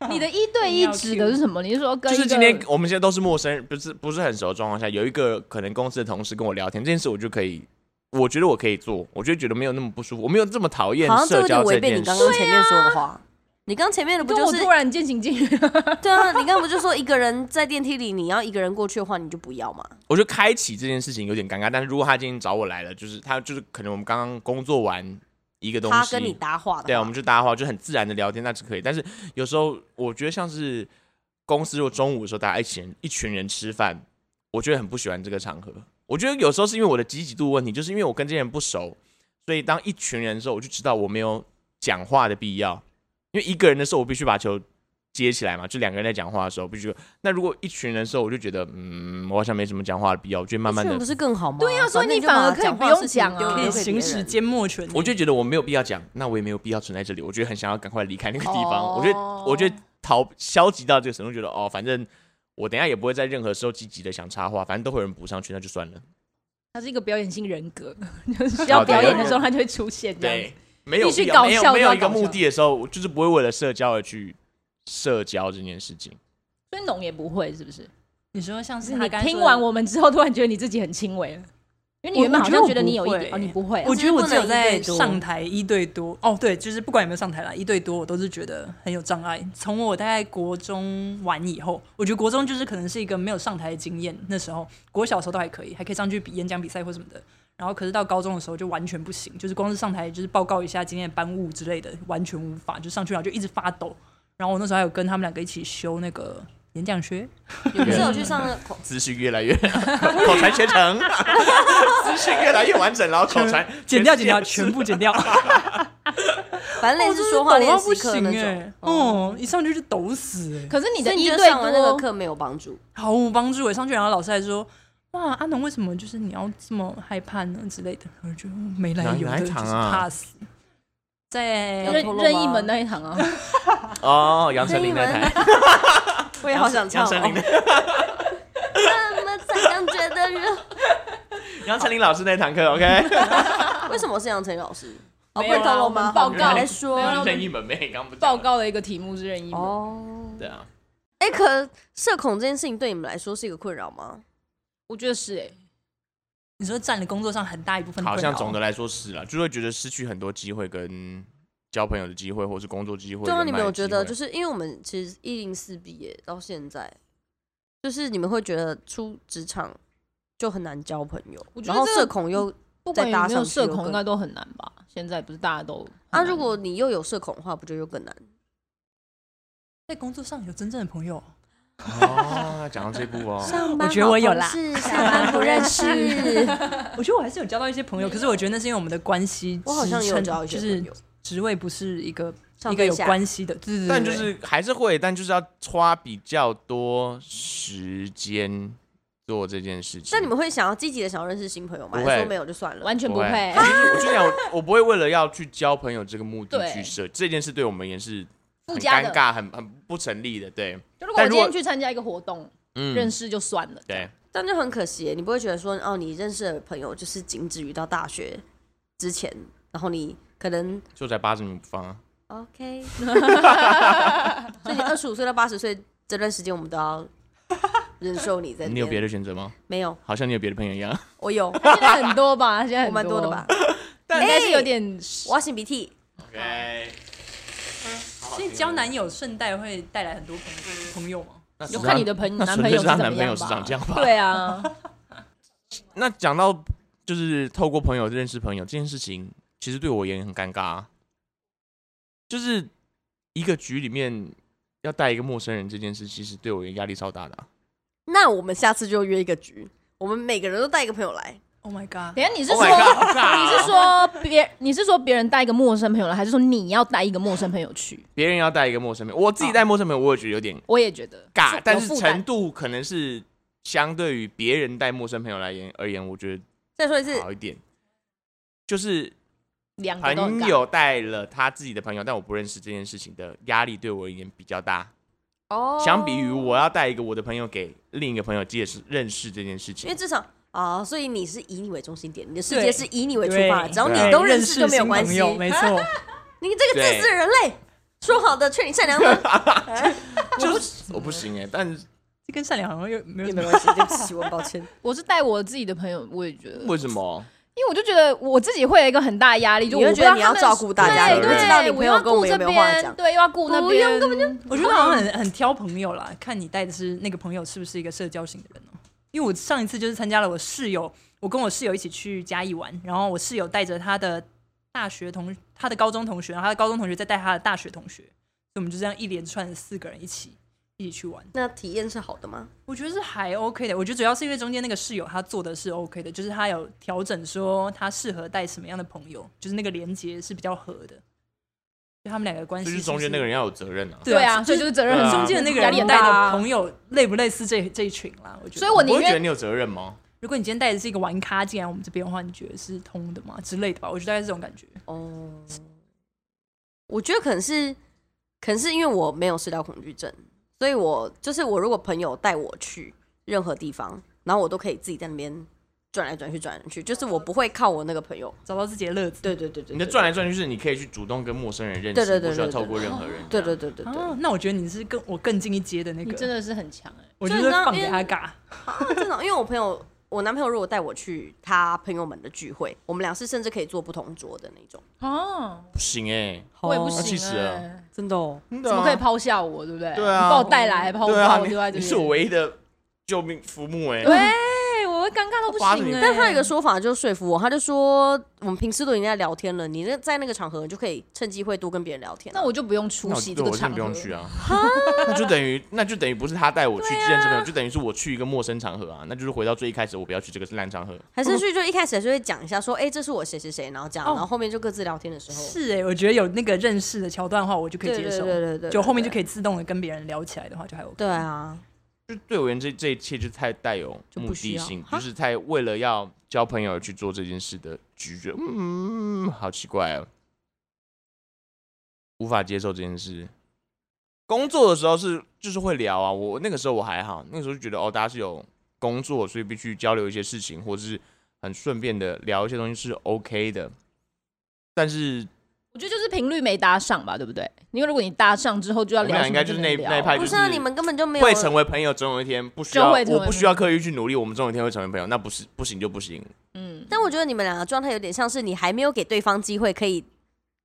S3: 你的一对一指的是什么？你是说跟
S1: 就 是
S3: 一个
S1: 今天我们现在都是陌生人，不是不是很熟的状况下，有一个可能公司的同事跟我聊天，这件事我就可以，我觉得我可以做，我就觉得没有那么不舒服，我没有这么讨厌
S2: 好像这
S1: 社
S2: 有点
S1: 交
S2: 违
S1: 这
S2: 背你
S1: 件
S2: 刚
S1: 事
S2: 刚。前面说的话。你刚前面的不
S3: 跟我
S2: 啊就是
S3: 突然间行进，
S2: 对啊？你刚刚不就说一个人在电梯里，你要一个人过去的话，你就不要嘛。
S1: 我觉得开启这件事情有点尴尬，但是如果他今天找我来了，就是他就是可能我们刚刚工作完一 个东
S2: 他
S1: 西，
S2: 跟你搭话的话，
S1: 对啊，我们就搭话，就很自然的聊天，那是可以。但是有时候我觉得像是公司，如果中午的时候大家一起人一群人吃饭，我觉得很不喜欢这个场合。我觉得有时候是因为我的积极度问题，就是因为我跟这些人不熟，所以当一群人的时候，我就知道我没有讲话的必要。因为一个人的时候，我必须把球接起来嘛，就两个人在讲话的时候必须。那如果一群人的时候，我就觉得嗯，我好像没什么讲话的必要，我就慢慢
S2: 这 样
S1: 的
S2: 不，是更好吗？对
S3: 啊所以你
S2: 就把
S3: 反而可以
S2: 讲话
S3: 不用
S2: 的事情
S3: 讲啊
S2: 丢
S4: 可
S2: 给
S4: 以
S2: 别
S4: 行
S2: 人
S4: 使缄默权耶，
S1: 我就觉得我没有必要讲，那我也没有必要存在这里。我觉得很想要赶快离开那个地方。
S3: 哦
S1: 我觉得，我觉得逃消极到这个程度，觉得哦，反正我等一下也不会在任何时候积极的想插话，反正都会有人补上去，那就算了。
S3: 他是一个表演性人格， 就是需要表演的时候他就会出现这样。
S1: 对，没有
S3: 必须
S1: 必要
S3: 搞
S1: 没有
S3: 笑
S1: 没
S3: 就要
S1: 有一个
S3: 搞笑
S1: 目的的时候，我就是不会为了社交而去社交这件事情。
S3: 所以农也不会是不是？
S4: 你说像
S3: 就是是
S4: 他
S3: 你
S4: 刚才
S3: 听
S4: 说的
S3: 完，我们之后，突然觉得你自己很轻微了，因为你
S4: 我
S3: 原本
S4: 我
S3: 好
S4: 觉得
S3: 像
S4: 我
S3: 觉得
S4: 不
S3: 你有一点
S4: 会
S3: 哦，你不会啊、
S4: 我觉得我只有在
S2: 就是不能一对多
S4: 上台一对多哦，对，就是不管有没有上台啦，一对多我都是觉得很有障碍。从我大概国中玩以后，我觉得国中就是可能是一个没有上台的经验，那时候国小的时候都还可以，还可以上去比演讲比赛或什么的。然后可是到高中的时候就完全不行，就是光是上台就是报告一下今天的班务之类的，完全无法，就上去然后就一直发抖。然后我那时候还有跟他们两个一起修那个演讲学，
S2: 你不是有去上口
S1: 资讯越来越 口传全 程，资讯越来越完整，然后口传
S4: 剪掉
S1: 全世界
S4: 哦剪掉，
S1: 都是
S4: 全部 剪掉。
S2: 反正类 似说话练习课那种
S4: 哎，。哦，一上去就抖死哎、
S3: 可是你
S2: 欸你
S3: 的一
S2: 觉得
S3: 对
S2: 上完那个
S3: 多，
S2: 课没有帮助？
S4: 欸毫无帮助哎、上去然后老师还说。哇，阿农为什么就是你要这么害怕呢之类的，我就觉得哦没来
S1: 哪
S4: 由
S1: 哪
S4: 的
S1: 一
S4: 就是
S1: 场啊
S4: 怕死，在
S2: 要
S3: 任
S2: 透露吗
S3: 任意门那一堂啊，
S1: 哦，杨丞琳那
S2: 任意
S1: 台，
S2: 我也
S3: 哎
S2: 好想唱、
S1: 杨丞琳
S2: 哦。
S1: 的
S2: 怎么才能觉得热？
S1: 杨丞琳老师那堂课，OK，
S2: 为什么是杨丞琳老 师？哦，不
S3: 没
S2: 会
S3: 有
S2: 透
S3: 啦
S2: 露
S3: 我
S2: 吗？
S3: 们报
S2: 好你还
S3: 告
S2: 在说
S3: 没有啦
S1: 任意门妹，刚不讲
S3: 报
S1: 了
S3: 告的一个题目是任意门，
S2: 哦。
S1: 对啊，
S2: 哎、可社恐这件事情对你们来说是一个困扰吗？
S3: 我觉得是哎、
S4: 你说占了工作上很大一部分的
S1: 好
S4: 困
S1: 像
S4: 扰
S1: 总的来说是啦，就会觉得失去很多机会跟交朋友的机会，或是工作机会。
S2: 对啊，你们
S1: 人脉
S2: 有
S1: 的机
S2: 觉
S1: 会
S2: 得就是 因为我们其实一零四毕业到现在，就是你们会觉得出职场就很难交朋友，
S3: 我觉
S2: 然
S3: 得
S2: 后
S3: 这个
S2: 社恐又
S3: 不
S2: 再
S3: 管
S2: 搭
S3: 有没有
S2: 上去
S3: 社
S2: 有
S3: 恐，
S2: 更
S3: 应该都很难吧？现在不是大家都
S2: 啊，
S3: 很难
S2: 如果你又有社恐的话，不就又更难？
S4: 在工作上有真正的朋友，
S1: 哦，讲到这一步哦，
S2: 上
S4: 班我觉得我有啦好
S2: 是上班不认识，
S4: 我觉得我还是有交到一些朋友，可是我觉得那是因为我们的关系支撑，
S2: 我好像也有交一些
S4: 就
S2: 朋
S4: 是
S2: 友，
S4: 职位不是一个
S2: 上
S4: 一个
S2: 对
S4: 有
S2: 下
S4: 关系的，对对对，
S1: 但就
S4: 对
S1: 是还是会，但就是要花比较多时间做这件事情。
S2: 那你们会想要积极的想要认识新朋友吗？
S1: 不
S2: 还
S1: 会
S2: 是说没有就算了？
S3: 完全不
S1: 不会
S3: 配，
S1: 其实我就讲，我我不会为了要去交朋友这个目的
S3: 对
S1: 去设这件事，对我们也是很
S3: 附加
S1: 尴
S3: 的。
S1: 尬、很很不成立的。对，
S3: 就如果
S1: 但
S3: 我
S1: 如
S3: 今
S1: 果
S3: 天去参加一个活动，
S1: 嗯，
S3: 认识就算了，
S1: 对，
S2: 但就很可惜耶，你不会觉得说哦，你认识的朋友就是仅止于到大学之前，然后你可能
S1: 就在八十米方啊。
S2: OK，所以你二十五岁到八十岁这段时间，我们都要忍受你在那 边。
S1: 你有别的选择吗？
S2: 没有？
S1: 好像你有别的朋友一样。
S2: 我 有，
S3: 他现在很 多吧？现在
S2: 我
S3: 很
S2: 蛮多的吧？？
S3: 但应该是有点，
S2: 我要擤鼻涕，
S1: OK，
S4: 所以交男友顺带会带来很多朋友朋友吗？
S3: 就看你的朋
S1: 那
S3: 男
S1: 纯
S3: 朋
S1: 粹
S3: 友
S1: 是
S3: 怎
S1: 她
S3: 么
S1: 男朋友
S3: 样
S1: 是长这样吧
S3: 对 啊，
S1: 那讲到就是透过朋友认识朋友这件事情，其实对我也很尴尬、啊。就是一个局里面要带一个陌生人这件事，其实对我压力超大的啊、
S2: 那我们下次就约一个局，我们每个人都带一个朋友来。
S4: Oh my god！
S3: 等一下你是
S1: Oh
S3: 说
S1: my god，好尬
S3: 你
S1: 啊
S3: 是说别你是说别人带一个陌生朋友来，还是说你要带一个陌生朋友去？
S1: 别人要带一个陌生朋友，我自己带陌生朋友，我也觉得有点
S3: 我也觉得
S1: 尬，但
S3: 有
S1: 是
S3: 负担
S1: 程度可能是相对于别人带陌生朋友来言而言，我觉
S2: 再说一
S1: 得
S2: 次，
S1: 好一点。就是
S3: 两个都很
S1: 朋
S3: 尬
S1: 友带了他自己的朋友，但我不认识这件事情的压力对我而言比较大。
S2: 哦
S1: 相比于，我要带一个我的朋友给另一个朋友解释认识这件事
S2: 因
S1: 情
S2: 为，至少啊，所以你是以你为中心点，你的世界
S4: 对
S2: 是以你为出
S4: 对
S2: 发的，只要
S1: 对
S2: 你都
S4: 认
S2: 认识就没有
S4: 新
S2: 关系。
S4: 朋友 没错。
S2: 你这个自私的人类，说好的劝你善 良吗？
S1: 就是我不行哎、但是
S4: 这跟善良好像又没有
S2: 也
S4: 什
S2: 没
S4: 么。
S2: 关系，对不起，我很抱歉。
S3: 我是带我自己的朋友，我也觉得，因
S1: 为什么？
S3: 为我就觉得我自己会有一个很大的压力，就
S2: 你会
S3: 我不
S2: 觉得
S3: 知道
S2: 你要
S3: 他们
S2: 照顾大
S1: 家
S3: 对
S1: 你会
S3: 对
S2: 知道你朋友跟我们有没有话
S3: 我要顾这边
S2: 讲哦
S3: 对，又要顾那
S2: 不用
S3: 边，根本就
S4: 我觉得好像很很挑朋友啦，看你带的是那个朋友是不是一个社交型的人哦、因为我上一次就是参加了我室友，我跟我室友一起去嘉义玩，然后我室友带着他的大学同他的高中同学，然后他的高中同学再带他的大学同学，所以我们就这样一连串四个人一起一起去玩。
S2: 那体验是好的吗？
S4: 我觉得是还 OK 的，我觉得主要是因为中间那个室友他做的是 OK 的，就是他有调整说他适合带什么样的朋友，就是那个连接是比较合的，就他们两个关系
S1: 就是是
S4: 不是
S1: 中间那个人要有责任啊。
S3: 对啊，所以就是责任
S1: 对
S3: 很
S1: 啊
S3: 重
S4: 中间的那个
S3: 压力很
S4: 人带
S3: 大
S4: 的
S3: 啊
S4: 朋友类不类似这这一群啦？我觉得，
S3: 所以我
S1: 不
S3: 宁
S1: 会觉得
S3: 愿
S1: 你有责任吗？
S4: 如果你今天带的是一个玩咖进来我们这边的话，你觉得是通的吗？之类的吧？我觉得大概是这种感觉。
S2: 哦，我觉得可能是，可能是因为我没有社交恐惧症，所以我就是我如果朋友带我去任何地方，然后我都可以自己在那边转来转去，转来转去，就是我不会靠我那个朋友。
S4: 找到自己的乐子。
S2: 对对对对，
S1: 你的转来转去是你可以去主动跟陌生人认识，
S2: 对对对
S1: 不需要
S2: 对对
S1: 透过任何人。
S2: 对对对对对，
S4: 啊，那我觉得你是更我更进一阶的那
S3: 你
S4: 个，
S3: 真的是很强哎、
S4: 我就是放给他尬。
S2: 啊真的，因为我朋友，我男朋友如果带我去他朋友们的聚会，我们俩是甚至可以坐不同桌的那种。
S3: 哦，
S1: 不行哎、
S3: 我
S4: 哦
S3: 也不行、
S1: 那
S3: 欸，
S1: 气死了
S2: 真的哦，
S1: 真的啊
S3: 怎么可以抛下我，对不对？
S1: 对啊
S3: 你把我带来，把我
S1: 对
S3: 把
S1: 啊，
S3: 我丢在
S1: 你你
S3: 这边，
S1: 是我唯一的救命浮木哎、
S3: 对，我会尴尬到不
S1: 划着你
S3: 行、欸。
S2: 但他有一个说法就是说服我，他就说我们平时都已经在聊天了，你那在那个场合你就可以趁机会多跟别人聊天啊、
S3: 那我就不用出
S1: 那我
S3: 席
S1: 对
S3: 这
S1: 我
S3: 个
S1: 真
S3: 场
S1: 的
S3: 合，
S1: 不用去啊， 那就等于那就等于不是他带我去认
S3: 啊
S1: 识朋友，就等于是我去一个陌生场合啊，那就是回到最一开始，我不要去这个烂场合。
S2: 还是去就一开始就会讲一下说，哎、这是我谁谁谁，然后这样，
S4: 哦
S2: 然后后面就各自聊天的时候，
S4: 是哎、我觉得有那个认识的桥段的话，我就可以
S2: 对
S4: 接
S2: 对
S4: 受。
S2: 对对对，
S4: 就后面就
S2: 以。
S4: 可以自动的跟别人聊起来的话，就还 OK。
S2: 对啊，
S1: 就对我而言，这这一切就太带有
S3: 就
S1: 目
S3: 不需
S1: 的
S3: 要
S1: 性，就
S3: 哈
S1: 是太为了要交朋友而去做这件事的拒绝。嗯，好奇怪哦，无法接受这件事。工作的时候是就是会聊啊，我那个时候我还好，那个时候就觉得哦，大家是有工作，所以必须交流一些事情，或者是很顺便的聊一些东西是 OK 的。但是
S3: 我觉得就是频率没搭上吧，对不对？因为如果你搭上之后就要
S1: 我们
S3: 聊
S1: 俩
S3: 什么
S1: 应该就
S3: 就能聊，
S1: 是那那一派，就
S2: 不
S1: 是
S2: 是啊，你们根本就没有
S1: 会成为朋友，总有一天不需
S3: 就
S1: 要，
S3: 会成为
S1: 我不需要刻意去努力，我们总有一天会成为朋友。那不是不行就不行，
S3: 嗯，
S2: 但我觉得你们两个状态有点像是你还没有给对方机会，可以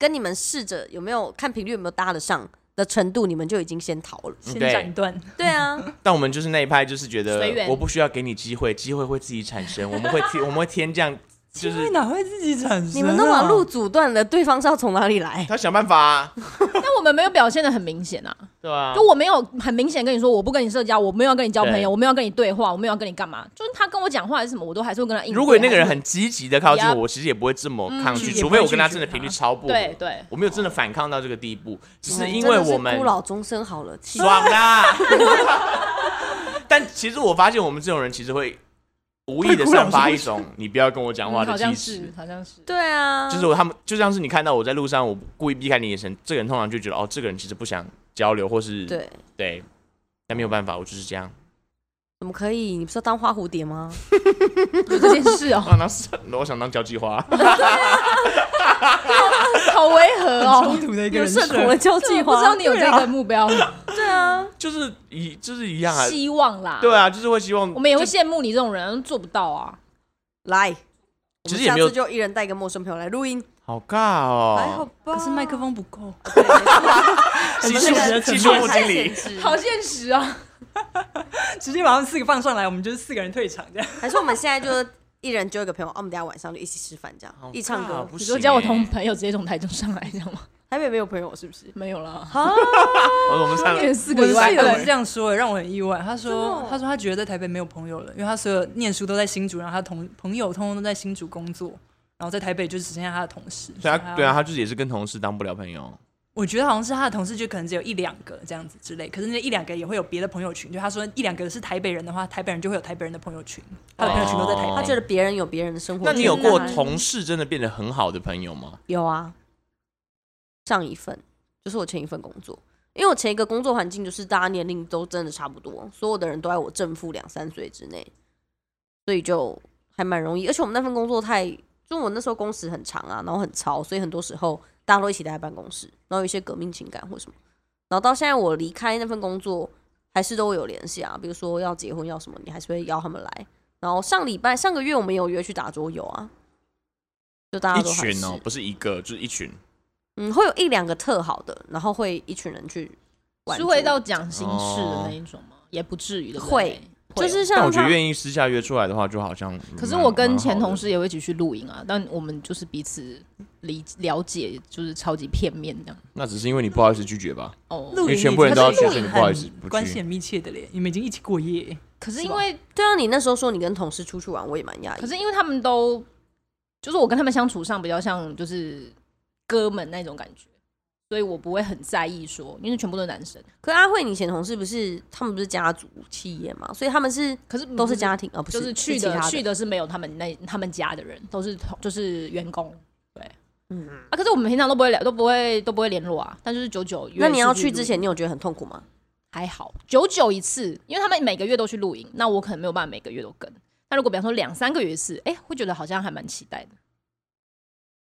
S2: 跟你们试着有没有看频率有没有搭得上的程度，你们就已经先逃了。
S4: 先
S1: 对
S4: 斩断。
S2: 对 啊，
S1: 但我们就是那一派，就是觉
S3: 随
S1: 得
S3: 缘
S1: 我不需要给你机会，机会会自己产生，我们会天我们会天降，就
S4: 因为
S1: 是
S4: 哪会自己产生、啊？
S2: 你们都把路阻断了，对方是要从哪里来？
S1: 他想办法、啊，
S3: 但我们没有表现的很明显啊，
S1: 对吧、
S3: 就我没有很明显跟你说我不跟你社交，我没有要跟你交朋
S1: 对
S3: 友，我没有要跟你对话，我没有要跟你干嘛，就是他跟我讲话还是什么，我都还是会跟他应对。啊
S1: 如果那个人
S3: 还是
S1: 很积极的靠近我，
S3: Yup
S1: 我其实也不会这么抗拒，
S4: 嗯
S1: 除非我跟他
S4: 也不会拒绝
S1: 真的频率
S4: 他
S1: 超不合
S3: 对对，
S1: 我没有真的反抗到这个地步，只是
S2: 嗯
S1: 因为
S2: 真的是
S1: 我们
S2: 孤老终生好了，气
S1: 爽啦。 但其实我发现我们这种人其实会无意的散发一种你不要跟我讲话
S3: 嗯
S1: 的
S3: 好
S1: 气
S3: 像
S1: 势
S3: 是，好像是。
S2: 对啊，
S1: 就是我他们就像是你看到我在路上，我故意避开你眼神，这个人通常就觉得哦，这个人其实不想交流，或是
S2: 对，
S1: 对，但没有办法，我就是这样。
S2: 怎么可以？你不是要当花蝴蝶吗？
S3: 有这件事哦，
S1: 啊，那是我想当交际花，
S3: 好违和
S4: 冲
S3: 哦。
S4: 突的一个
S2: 有
S4: 人
S2: 社
S4: 设，
S2: 恐的交
S3: 这
S2: 际
S3: 啊我不
S2: 花，
S3: 知道你有这
S2: 对啊
S3: 个目 标，
S2: 对啊，
S1: 就是一就是一样啊，
S3: 希望啦。
S1: 对，啊，就是会希望
S3: 我们也会羡慕你这种人，做不到啊。
S2: 来，我
S1: 其
S2: 们
S1: 实也
S2: 下
S1: 没有
S2: 次就一人带一个陌生朋友来录音，
S1: 好尬
S2: 还好
S1: 哦，
S2: 吧？
S4: 可是麦克风不够，
S1: 技
S4: 我们那
S1: 术
S4: 个
S1: 技术部经理，
S2: 理
S3: 好现实啊！
S4: 直接把他们四个放上来，我们就是四个人退场这样。
S2: 还是我们现在就一人揪一个朋友，啊，我们等一下晚上就一起吃饭，这样一起唱歌。
S1: 不
S3: 你
S1: 行
S3: 说
S1: 欸，
S3: 叫我同朋友直接从台中上来，这样吗？
S2: 台北没有朋友是不是？
S3: 没有啦，
S1: 哦我说我们 三
S3: 一人
S1: 个
S3: 四
S4: 我
S3: 个以
S4: 的
S3: 外
S4: 室友
S3: 的
S4: 是这样说的，让我很意外。他
S2: 真
S4: 说
S2: 的：“
S4: 他说他觉得在台北没有朋友了，因为他所有念书都在新竹，然后他同朋友通通都在新竹工作，然后在台北就只剩下他的同事。
S1: 对
S4: 所以他
S1: 啊对啊，，他就是也是跟同事当不了朋友，
S4: 我觉得好像是他的同事就可能只有一两个这样子之类，可是那一两个也会有别的朋友群。就他说一两个是台北人的话，台北人就会有台北人的朋友群，他的朋友群都在台
S1: 哦
S4: 北。
S2: 他觉得别人有别人的生活
S1: 那
S2: 圈。
S1: 你有过
S2: 当然
S1: 同事真的变得很好的朋友吗？
S2: 有啊，上一份就是我前一份工作，因为我前一个工作环境就是大家年龄都真的差不多，所有的人都在我正负两三岁之内，所以就还蛮容易。而且我们那份工作太，就我那时候工时很长啊，然后很超，所以很多时候大家都一起待在办公室，然后有一些革命情感或什么。然后到现在我离开那份工作，还是都会有联系啊，比如说要结婚要什么，你还是会邀他们来。然后上礼拜上个月我们有约去打桌游啊，就大家
S1: 一
S2: 都还
S1: 群
S2: 是
S1: 哦，不是一个，就是一群。
S2: 嗯，会有一两个特好的，然后会一群人去玩
S3: 是
S2: 桌游，
S3: 会到讲心事
S1: 哦
S3: 的那一种吗？也不至于的，对不对
S2: 会就
S3: 会哦
S2: 是像
S1: 但我觉得
S2: 他
S1: 愿意私下约出来的话，就好像
S3: 可是
S1: 蛮
S3: 我跟
S1: 嗯蛮
S3: 前
S1: 好的
S3: 同事也会一起去露营啊，但我们就是彼此理了解，就是超级片面这样。
S1: 那只是因为你不好意思拒绝吧？
S3: 哦，
S4: 露营
S1: 全部人
S4: 也
S1: 都要
S4: 是
S1: 去
S4: 一个
S1: 所以你
S4: 很
S1: 不好意思不去
S4: 关系很密切的嘞，你们已经一起过 夜。
S3: 可是
S4: 是
S3: 因
S4: 吧
S3: 为，
S2: 对啊，你那时候说你跟同事出去玩，我也蛮讶异。
S3: 可是因为他们都，就是我跟他们相处上比较像就是哥们那种感觉，所以我不会很在意说，因为全部都是男生。
S2: 可是阿慧，你以前同事不是他们不是家族企业嘛，所以他们是
S3: 可是
S2: 都是
S3: 家。
S2: 家庭，啊，不
S3: 就是
S2: 是
S3: 去
S2: 其
S3: 的
S2: 他
S3: 去
S2: 的。
S3: 的是没有他们那他们家的人，都是同就是员工。对
S2: 嗯
S3: 啊，可是我们平常都不会聊，都不会都不会联络啊。但就是久久约
S2: 那你要
S3: 出去
S2: 去
S3: 露
S2: 之
S3: 营
S2: 前，你有觉得很痛苦吗？
S3: 还好，久久一次，因为他们每个月都去露营，那我可能没有办法每个月都跟。那如果比方说两三个月一次，哎、会觉得好像还蛮期待的。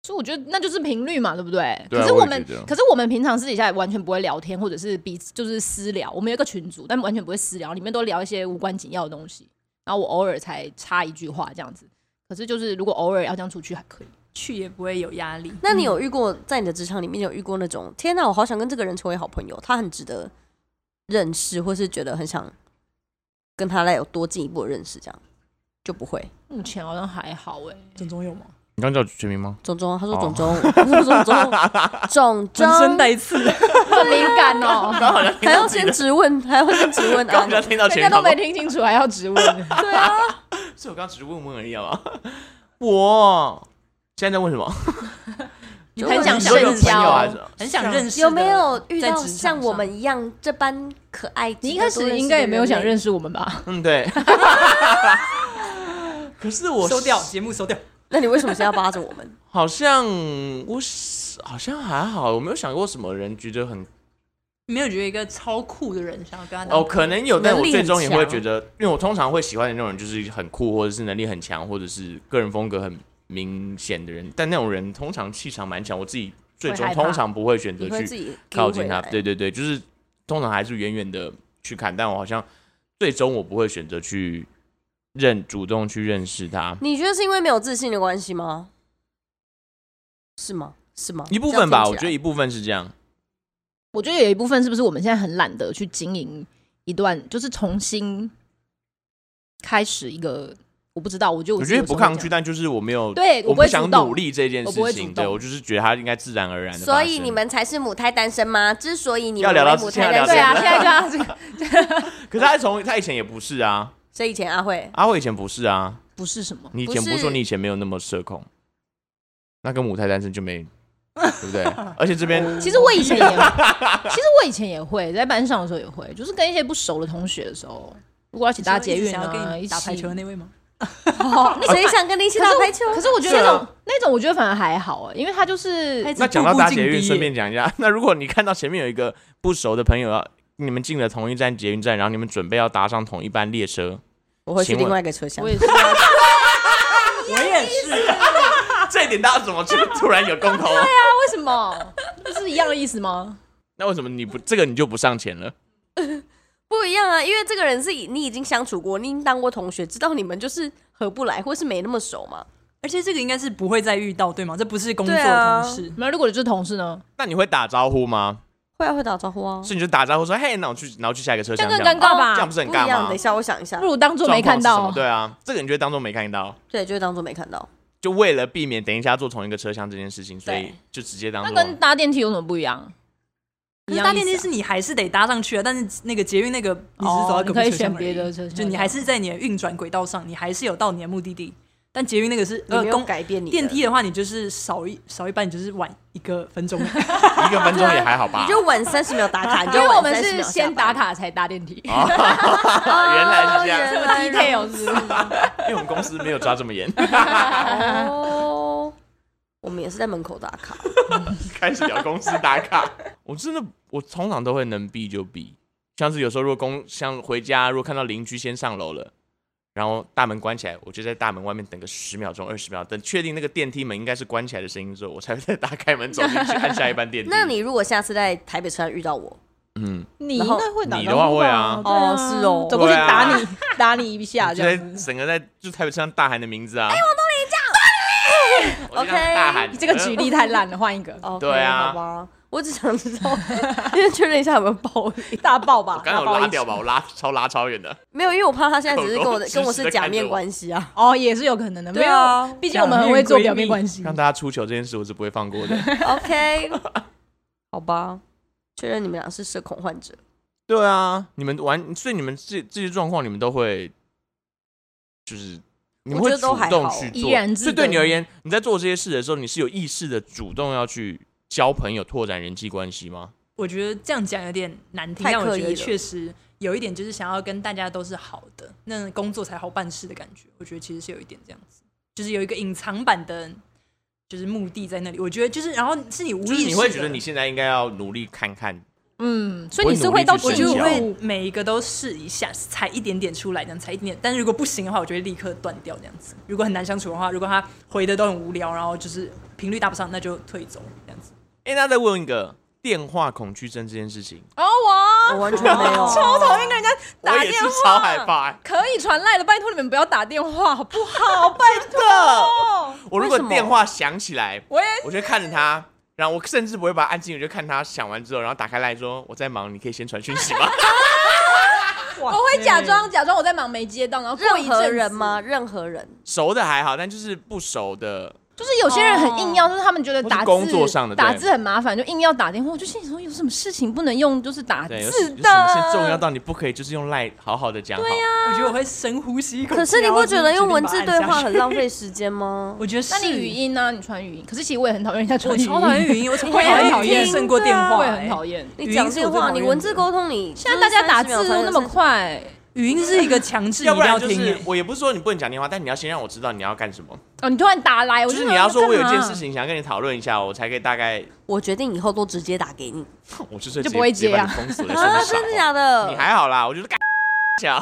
S3: 所以我觉得那就是频率嘛，对不对？
S1: 对啊
S3: 可是
S1: 我也
S3: 们
S1: 觉得，
S3: 可是我们平常私底下也完全不会聊天，或者是彼此就是私聊。我们有一个群组，但完全不会私聊，里面都聊一些无关紧要的东西。然后我偶尔才插一句话这样子。可是就是如果偶尔要这样出去还可以。
S4: 去也不会有压力。
S2: 那你有
S3: 嗯
S2: 遇过在你的职场里面有遇过那种天哪，我好想跟这个人成为好朋友，他很值得认识，或是觉得很想跟他来有多进一步的认识，这样就不会。
S3: 目前好像还好哎、
S4: 总总有吗？
S1: 你刚叫全名 吗？
S2: 种种，他说
S1: 哦
S2: 种种，他说种 种，种
S4: 浑身
S2: 种，
S4: 带刺，
S3: 很敏感哦、
S2: 还要先质问，还要先质问啊
S1: 刚！刚听到
S3: 人
S1: 全
S3: 家
S1: 名
S3: 都
S1: 好不好
S3: 没，听清楚，还要质问。
S2: 对啊，
S1: 是 我刚刚只是问问而已好不好？我现在在问什么？
S4: 你
S2: 很想
S1: 你说有
S3: 深
S1: 朋友
S3: 交
S1: 啊，是吧
S4: 很想认识的，
S2: 有没有遇
S4: 在
S2: 到
S4: 职场
S2: 像我
S4: 上
S2: 们一样这般可爱？
S3: 你一开始应该也没有想认识我们吧？
S1: 嗯，对。 可是我
S4: 收掉节目收掉？
S2: 那你为什么是要扒着我 们？
S1: 好像我好像还好，我没有想过什么人觉得很
S4: 没有觉得一个超酷的人想要跟他当
S1: 哦，可能有，但我
S3: 能力
S1: 最终
S3: 很
S1: 也会
S3: 强
S1: 觉得，因为我通常会喜欢的那种人，就是很酷，或者是能力很强，或者是个人风格很明显的人。但那种人通常气场蛮强，我自己最
S3: 会
S1: 终
S3: 害怕
S1: 通常不会选择
S2: 你会自
S1: 去
S2: 己
S1: 靠
S2: 丢
S1: 近
S2: 回
S1: 他。
S2: 来
S1: 对对对，就是通常还是远远的去看，但我好像最终我不会选择去认主动去认识他。
S2: 你觉得是因为没有自信的关系吗？是吗？是吗？
S1: 一部分吧，
S2: 这样听
S1: 我
S2: 起
S3: 啊
S1: 觉得
S2: 来
S1: 一部分是这样。
S3: 我觉得有一部分是不是我们现在很懒得去经营一段，就是重新开始一个，我不知道，我觉得我
S1: 我
S3: 自
S1: 觉
S3: 己
S1: 得
S3: 有时
S1: 不
S3: 候会
S1: 抗拒，
S3: 这样，
S1: 但就是我没有，
S3: 对
S1: 我
S3: 不会主
S1: 想
S3: 动
S1: 努力这件
S3: 我
S1: 事
S3: 不会
S1: 情。
S3: 主
S1: 对
S3: 动
S1: 我就是觉得他应该自然而然的。
S2: 所以你们才是母胎单身吗？之所以你们
S1: 要聊到
S2: 为母胎
S1: 现在
S2: 单
S1: 聊
S2: 身，
S3: 对啊，
S1: 这个
S3: 现在就要这个，
S1: 可是他从他以前也不是啊，
S2: 所以以前阿 慧
S1: 阿慧以前不是啊，
S3: 不是什么，
S1: 你以
S2: 不
S1: 前不是
S2: 是
S1: 说你以前没有那么社恐，那跟母胎单身就没，对 不对？而且这边
S3: 其实我以前也，其实我以前也会在班上的时候也会，就是跟一些不熟的同学的时候，如果要一起
S4: 你
S3: 搭
S4: 说
S3: 捷
S4: 一直
S3: 运
S4: 想要
S3: 啊，
S4: 跟
S3: 一
S4: 你
S3: 起
S4: 打排球的那位吗？
S3: 哦那
S2: 谁想跟你一起打排球？
S3: 可是我觉得那
S1: 是啊
S3: 种那种，我觉得反而还好哎，因为他就是
S4: 他一直
S1: 那讲到
S4: 步步
S1: 搭
S4: 进
S1: 捷运，
S4: 逼
S1: 顺便讲一下，那 如果你看到前面有一个不熟的朋友要。你们进了同一站捷运站，然后你们准备要搭上同一班列车，
S2: 我会去
S1: 请问
S2: 另外一个车厢
S3: 我。也是，啊
S4: 我也是，
S1: 这一点大家怎么就突然有共同？
S3: 为什么？ 不是一样的意思吗？
S1: 那为什么你不这个你就不上前了？
S2: 不一样啊，因为这个人是以你已经相处过，你已经当过同学，知道你们就是合不来，或是没那么熟嘛。
S4: 而且这个应该是不会再遇到对吗？这不是工作
S2: 对啊
S4: 同事，
S3: 那如果你是同事呢？
S1: 那你会打招呼吗？
S2: 会啊，会打招呼啊，
S1: 是你就打招呼说：“嘿，那我去，然后去下一个车
S3: 这
S1: 厢。”
S3: 样更
S1: 这样
S3: 尴
S1: 吗
S3: 尬
S1: 这样
S3: 吧
S1: 不？是很
S2: 不一
S1: 尬
S2: 样。
S1: 吗
S2: 等一？下，我想一下
S3: 不，如当做没看
S1: 状况
S3: 到
S1: 是什么。对啊，这个你就会当做没看到，
S2: 对，就是当做没看到。
S1: 就为了避免等一下坐同一个车厢这件事情，所以
S2: 对
S1: 就直接当
S3: 那
S1: 做。
S3: 跟搭电梯有什么不一样？
S4: 可是搭
S3: 一样
S4: 电
S3: 意
S4: 梯
S3: 思
S4: 是
S3: 啊
S4: 你还是得搭上去啊，但是那个捷运那个你只是走到
S3: 哦
S4: 隔
S3: 你可
S4: 壁
S3: 以
S4: 车厢
S3: 选
S4: 而
S3: 别
S4: 已，
S3: 的车厢
S4: 就你还是在你的运转轨道上，你还是有到你的目的地。但捷运那个是
S2: 你
S4: 呃
S2: 没有
S4: 公
S2: 改变你的
S4: 电梯的话，你就是少一少一半，你就是晚一个分钟。
S1: 一个分钟也还好吧
S2: 你。就晚三十秒打卡，你就
S3: 因为我
S2: 晚
S3: 们
S2: 30
S3: 是
S2: 秒下
S3: 先
S2: 班
S3: 打，卡才搭电梯，
S1: 啊原来是这
S2: 哦
S1: 样，
S3: 这么
S2: 原来
S3: detail 是不是？
S1: 因为我们公司没有抓这么严，
S2: 哦，我们也是在门口打卡。
S1: 开始聊公司打卡。 我真的，我通常都会能避就避，像是有时候如果公像回家，如果看到邻居先上楼了。然后大门关起来，我就在大门外面等个十秒钟、二十秒，等确定那个电梯门应该是关起来的声音之后，我才会再打开门走进去按下一班电梯。
S2: 那你如果下次在台北车站遇到我，
S1: 嗯，
S3: 你
S2: 然后
S3: 那会打
S1: 你
S3: 招
S1: 的话
S3: 呼
S1: 会
S3: 吧
S1: 啊
S3: 对啊
S2: 哦是哦
S3: 走过去
S1: 对啊
S3: 打你，打你一下
S1: 就
S3: 这
S1: 在
S3: 样子。
S1: 整个在就台北车上大喊你的名字啊！哎，王东林 这样，我就这样大喊呃
S3: 你这个举例太 烂了，换一个
S2: OK，
S1: 对啊
S2: 哦好吧，我只想知道， 因为确认一下有没有爆音，
S3: 大爆吧
S1: 我，刚刚有
S3: 大爆
S1: 拉
S3: 一
S1: 掉
S3: 起？
S1: 吧，我拉超拉超远的。
S2: 没有，因为我怕他现在只是跟我的
S1: 狗狗
S2: 跟我
S1: 痴痴
S2: 是
S1: 地
S2: 假
S1: 看着
S2: 面
S1: 我
S2: 关系啊。
S3: 哦，也是有可能的，没
S2: 对啊
S3: 有，毕竟我们很会做表面关系。
S1: 让大家出糗这件事，我是不会放过的。
S2: OK，好吧，确认你们俩是社恐患者。
S1: 对啊，你们玩，所以你们这这些状况，你们都会，就是你们
S2: 我
S1: 会
S2: 觉得
S1: 主
S2: 都还
S1: 动
S2: 好
S1: 去
S3: 怡
S1: 做
S3: 然。自
S1: 所以对
S3: 得
S1: 你而言，你在做这些事的时候，你是有意识的主动要去交朋友、拓展人际关系吗？
S4: 我觉得这样讲有点难听，
S2: 太
S4: 但我
S2: 刻意
S4: 觉
S2: 了
S4: 得确实有一点就是想要跟大家都是好的，那工作才好办事的感觉。我觉得其实是有一点这样子，就是有一个隐藏版的，就是目的在那里。我觉得就是，然后是你无意识
S1: 就
S4: 的，
S1: 是你会觉得你现在应该要努力看看，
S3: 嗯，所以
S1: 我会
S3: 你是
S1: 努力
S3: 会到
S1: 去
S4: 我
S1: 社
S3: 进
S4: 就
S1: 交
S4: 会每一个都试一下，踩一点点出来，这样踩一点点。但是如果不行的话，我就会立刻断掉这样子。如果很难相处的话，如果他回的都很无聊，然后就是频率搭不上，那就退走这样子。
S1: 哎，那再问一个电话恐惧症这件事情，
S3: 哦，我
S2: 我完全没有
S3: 超讨厌跟人家
S1: 我
S3: 打
S1: 也
S3: 电
S1: 是
S3: 话，
S1: 超害怕、欸。
S3: 可以传赖了，拜托你们不要打电话好不好？ 拜托，
S1: 我如果
S2: 为什么
S1: 电话响起来，
S3: 我也
S1: 我就看着他，然后我甚至不会把它按静，我就看他响完之后，然后打开来说我在忙，你可以先传讯息吗？
S3: 我会假装假装我在忙没接到，然后过一
S2: 任
S3: 阵
S2: 何
S3: 子
S2: 人吗？？任何人，
S1: 熟的还好，但就是不熟的，
S3: 就是有些人很硬要，就是他们觉得
S1: 哦或是
S3: 打字
S1: 工作上的对
S3: 打字很麻烦，就硬要打电话。我就心里说，有什么事情不能用就是打字
S1: 对，
S3: 的？
S1: 有有什么事重要到你不可以就是用赖好好的讲好？对呀、
S4: 我觉得我会深呼吸一口气。
S2: 可是你
S4: 然后
S2: 不觉得
S4: 就
S2: 用文
S4: 决
S2: 字
S4: 定把它
S2: 对
S4: 按下
S2: 话
S4: 去
S2: 很浪费时间吗？
S4: 我觉得是
S3: 那你语音呢、你传语音，可是其实我也很讨厌人家传
S4: 我
S3: 语音，
S4: 超讨厌语 音，我超
S3: 我也
S4: 讨
S3: 很
S4: 厌
S3: 讨
S4: 语
S3: 厌
S4: 音胜过电 话、
S3: 我也
S4: 欸
S3: 很讨厌。
S2: 你讲电话，
S4: 语音是我最讨厌的
S2: 你文字沟通，你
S3: 现在大家打字都那
S2: 就是30
S3: 么，
S2: 秒才能
S3: 快、
S4: 语音是一个强制，你
S1: 要
S4: 一
S1: 不
S4: 定
S1: 然就
S4: 听、
S1: 是
S4: 欸
S1: 我也不是说你不能讲电话，但你要先让我知道你要干什么。
S3: 哦，你突然打来，我嗯
S1: 就是
S3: 想
S1: 你要说我有一
S3: 干嘛
S1: 件事情想跟你讨论一下，我才可以大概，
S2: 我决定以后都直接打给你
S1: 我就是直接
S3: 就不会
S1: 直接
S3: 接
S1: 把
S3: 啊
S1: 你封锁在身
S2: 啊！
S1: 上。
S2: 真的假的？
S1: 你还好啦，我就是干 小，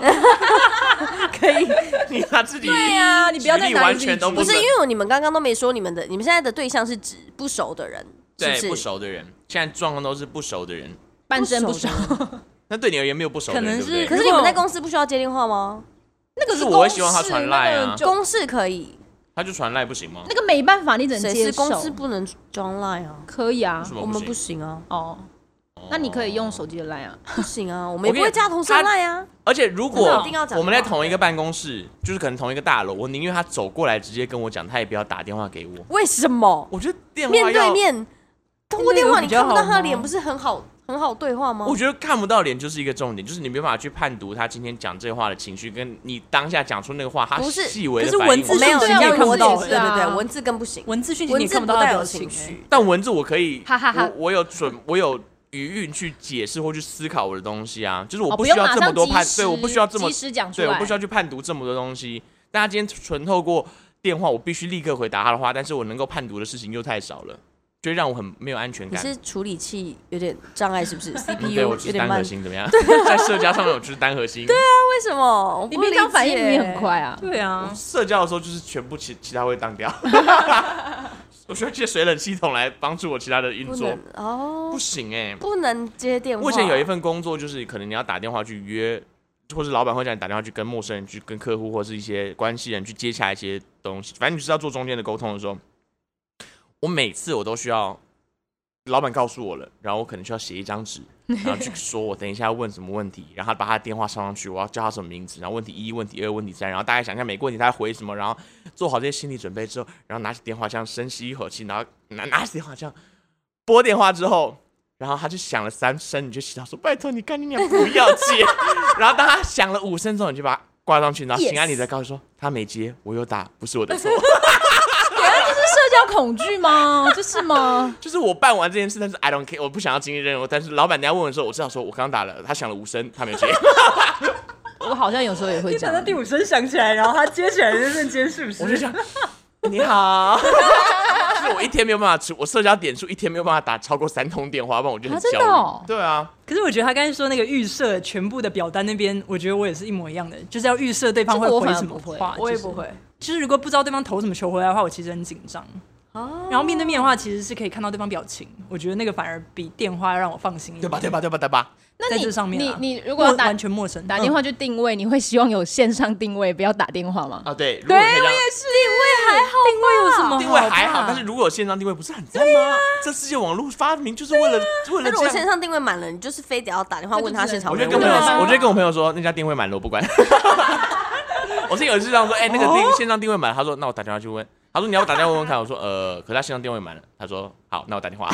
S2: 可以？
S1: 你他自己
S3: 对啊呀、你不要再
S1: 举例
S3: 拿
S1: 完
S3: 自己
S1: 全都
S3: 举
S2: 不
S3: 例
S2: 是，因为你们刚刚都没说你们的，你们现在的对象是指不熟的人，是
S1: 对
S2: 不
S1: 不
S2: 是？
S1: 熟的人，现在状况都是不熟的人。
S3: 半生不
S2: 不熟
S3: 熟，
S1: 那对你而言没有不熟的人，
S4: 可能
S1: 对不对
S4: 是
S2: 可是你们在公司不需要接电话吗？
S3: 那个
S1: 就是是我会
S3: 公
S1: 希望他
S3: 事
S1: 传
S3: 那
S1: 赖
S3: 个
S1: 啊
S3: 就
S2: 公事可以，
S1: 他就传赖不行吗？
S3: 那个没办法，你只能
S2: 谁
S3: 接
S2: 是
S3: 受。
S2: 公司不能装 line 啊？
S3: 可以啊
S1: 为什，么
S2: 我们不行啊，
S3: 哦，那你可以用手机的赖啊。
S2: 不行啊，我们
S1: 我
S2: 也
S1: 跟
S2: 不
S1: 你
S2: 会加同事
S1: 他
S2: line 啊。
S1: 而且如
S2: 真的
S1: 果
S2: 一定要讲
S1: 我们在同一个办公室，就是可能同一个大楼，我宁愿他走过来直接跟我讲，他也不要打电话给我。
S2: 为什么？
S1: 我觉得电话
S2: 面对
S1: 要，
S2: 面通过电话，
S4: 面对面
S2: 你
S4: 比较
S2: 看不到
S4: 好
S2: 他的
S4: 吗
S2: 脸，不是很好很好对话吗？
S1: 我觉得看不到脸就是一个重点，就是你没办法去判读他今天讲这话的情绪，跟你当下讲出那个话，他
S2: 不是
S1: 细微的
S4: 可是
S1: 反
S4: 文
S1: 应。
S4: 字
S1: 我
S2: 没有
S4: 讯息
S2: 这
S4: 也
S2: 样
S4: 看不
S2: 逻
S4: 到
S2: 辑，对
S3: 欸
S2: 对对，
S3: 啊
S2: 文字更不行，
S4: 文字讯息你
S2: 文
S4: 也
S2: 字
S4: 看
S2: 不
S4: 不到他
S2: 带
S4: 的
S2: 有
S4: 表情、
S2: 情
S4: 欸
S2: 绪。
S1: 但文字我可以，
S3: 哈哈哈
S1: 我我有准，我有余韵去解释或去思考我的东西啊，就是我
S3: 哦，不
S1: 需
S3: 用
S1: 要
S3: 马
S1: 这么
S3: 上
S1: 多判，
S3: 及
S1: 对我
S3: 时
S1: 不需要这么
S3: 及时讲出
S1: 对，
S3: 来，
S1: 我不需要去判读这么多东西。大家今天纯透过电话，我必须立刻回答他的话，但是我能够判读的事情又太少了，就会让我很没有安全
S2: 你
S1: 感。
S2: 是处理器有点障碍，是不是？CPU
S1: 嗯对，
S2: 有
S1: 我就是
S2: 点
S1: 单核
S2: 慢，
S1: 心，怎么样？在社交上面，我就是单核心。对啊，
S2: 为什么？
S3: 你
S2: 我不
S3: 平常
S2: 理
S3: 反应
S2: 解
S3: 也很快，啊，
S4: 对啊，
S1: 社交的时候就是全部其其他会当掉。我需要一些水冷系统来帮助我其他的运
S2: 不
S1: 作
S2: 能，哦
S1: 不，行哎、
S2: 不能接电话。
S1: 我以前有一份工作，就是可能你要打电话去约，或是老板会叫你打电话去跟陌生人、去跟客户或是一些关系人去接洽一些东西，反正你就是要做中间的沟通的时候，我每次我都需要老板告诉我了，然后我可能需要写一张 纸，然后去说我等一下要问什么问题，然后把他电话上上去，我要叫他什么名字，然后问题一、问题二、问题三，然后大概想一下每个问题他回什么，然后做好这些心理准备之后，然后拿起电话这样深吸一口气，然后拿拿起电话这样拨电话之后。 然后他就响了三声，你就洗澡说：“拜托你干你娘不要 接。”然后当他响了五声之后，你就把它挂上去，然后
S3: Yes
S1: 心安理得告诉说：“他没接，我有打，不是我的 错。
S3: 这啊是社交恐惧吗？这是吗”？
S1: 就是我办完这件事，但是 I don't care，我不想要经历任务。但是老板娘问我的时候，我知道说我刚打了，他响了五声，他没 接。
S3: 我好像有时候也会
S4: 你
S3: 这
S4: 等到
S3: 样
S4: 第。五声响起来，然后他接起来的瞬间，是不
S1: 我就想
S4: 是？，
S1: 你好，就是我一天没有办法出，我社交点数一天没有办法打超过三通电话，不然我就很
S3: 啊
S1: 焦
S3: 真
S1: 虑。
S3: 的哦
S1: 对啊，
S4: 可是我觉得他刚才说那个预设全部的表单那边，我觉得我也是一模一样的，就是要预设对方会
S3: 这个我
S4: 回
S3: 反而
S4: 什么
S3: 不会
S4: 话。
S5: 我也
S4: 就是
S5: 不会。
S4: 就是如果不知道对方投什么球回来的话，我其实很紧张。然后面对面的话，其实是可以看到对方表情，我觉得那个反而比电话让我放心一点。
S1: 对吧？对吧？对吧？对吧？
S3: 那
S4: 在
S3: 你
S4: 这上面
S3: 你
S4: 啊
S3: 你如
S4: 陌？
S3: 果要打
S4: 完全陌生，
S3: 打电话去定位，你会希望有线上定位，不要打电话吗？哎
S1: 啊，对，对，我也
S3: 是定位还好，
S4: 定位有什
S2: 哦
S4: 么？
S1: 定位还好，但是如果有线上定位不是很赞吗？这世界网络发明就是为了为了
S2: 但如果
S1: 这
S2: 线
S1: 样。
S2: 上定位满了，你就是非得要打电话
S3: 那就
S2: 问他
S3: 只
S2: 现
S3: 能
S2: 场
S1: 我
S2: 有没
S1: 就
S2: 有
S1: 跟
S2: 问
S1: 朋
S2: 题。
S1: 友
S3: 对啊，
S1: 我就跟我朋友说那家定位满了，我不管。 我是有一次这样说，哎，那个
S2: 哦
S1: 定线上定位满了，他说那我打电话去问，他说你要不打电话问问看，我说呃，可是他线上定位满了，他说好，那我打电话，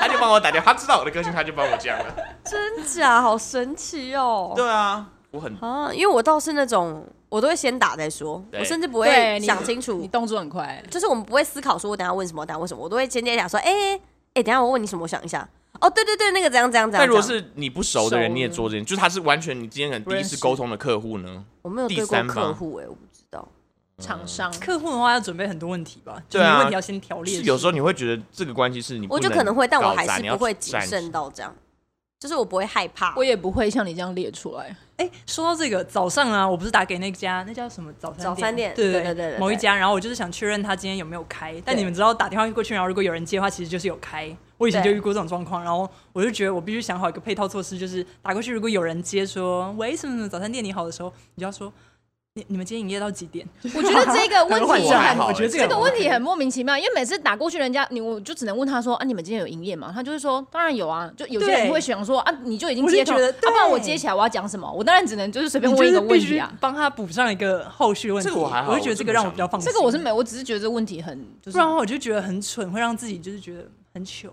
S1: 他就帮我打电话，他知道我的个性，他就帮我这样了。
S2: 真假，好神奇哦。
S1: 对啊，我很
S2: 啊，因为我倒是那种，我都会先打再说，
S1: 对
S2: 我甚至不
S3: 对，
S2: 会
S3: 哎你
S2: 想清楚
S3: 你，动作很快。
S2: 就是我们不会思考说我等一下问什么，我等一下问什么，我都会先接讲说，哎、哎、等一下我问你什么，我想一下。哦，对对对，那个怎样怎样怎样。
S1: 但如果
S2: 怎样
S1: 是你不熟的人，
S3: 熟
S1: 你也
S3: 的
S1: 做这件，就是他是完全你今天可能第一次沟通的客户呢？
S2: 我没有
S1: 第
S2: 对过
S1: 三
S2: 客
S1: 方
S2: 户、哎，我不知道。
S3: 厂商
S4: 客户的话要准备很多问题吧，就
S1: 对啊
S4: 是你问题要先条
S1: 就
S4: 列
S1: 是
S4: 出。
S1: 有时候你会觉得这个关系是你不
S2: 我就可能会，但我
S1: 搞
S2: 还
S1: 砸
S2: 是
S1: 你
S2: 不
S1: 要
S2: 会谨
S1: 展
S2: 慎到这样，就是我不会害怕。
S3: 我也不会像你这样列出来。
S4: 哎、说到这个，早上啊，我不是打给那家那叫什么早餐
S2: 早餐店
S4: 对对
S2: 对对对对
S4: 某一家，然后我就是想确认他今天有没有开。但你们知道打电话过去，然后如果有人接的话，其实就是有开。我以前就
S2: 对
S4: 遇过这种状况，然后我就觉得我必须想好一个配套措施，就是打过去，如果有人接说“喂，什么什么早餐店你好”的时候，你就要说你你们今天营业到几点？
S3: 我觉得这 个问
S1: 换
S3: 题
S1: 下来好
S3: 很
S1: 了
S4: 我觉得
S3: 这个
S4: 很
S3: 问题很莫名其妙，因为每次打过去，人家你我就只能问他说啊，你们今天有营业吗？他就会说当然有啊，就有些人
S4: 对
S3: 会想说啊，你就已经
S4: 我就
S3: 接起来
S4: 觉
S3: 了，
S4: 得
S3: 啊，不然我
S4: 对
S3: 接起来我要讲什么？我当然只能就是随便
S4: 你
S3: 问一
S4: 就
S3: 个
S4: 是
S3: 问
S4: 必
S3: 题
S4: 须
S3: 啊。
S4: 帮他补上一个后续问题。
S1: 这个我还好
S4: 我就觉得这个让我比较放心。
S3: 这个我是没，我只是觉得这问题很就是
S4: 不然的话我就觉得很蠢，会让自己就是觉得 很糗。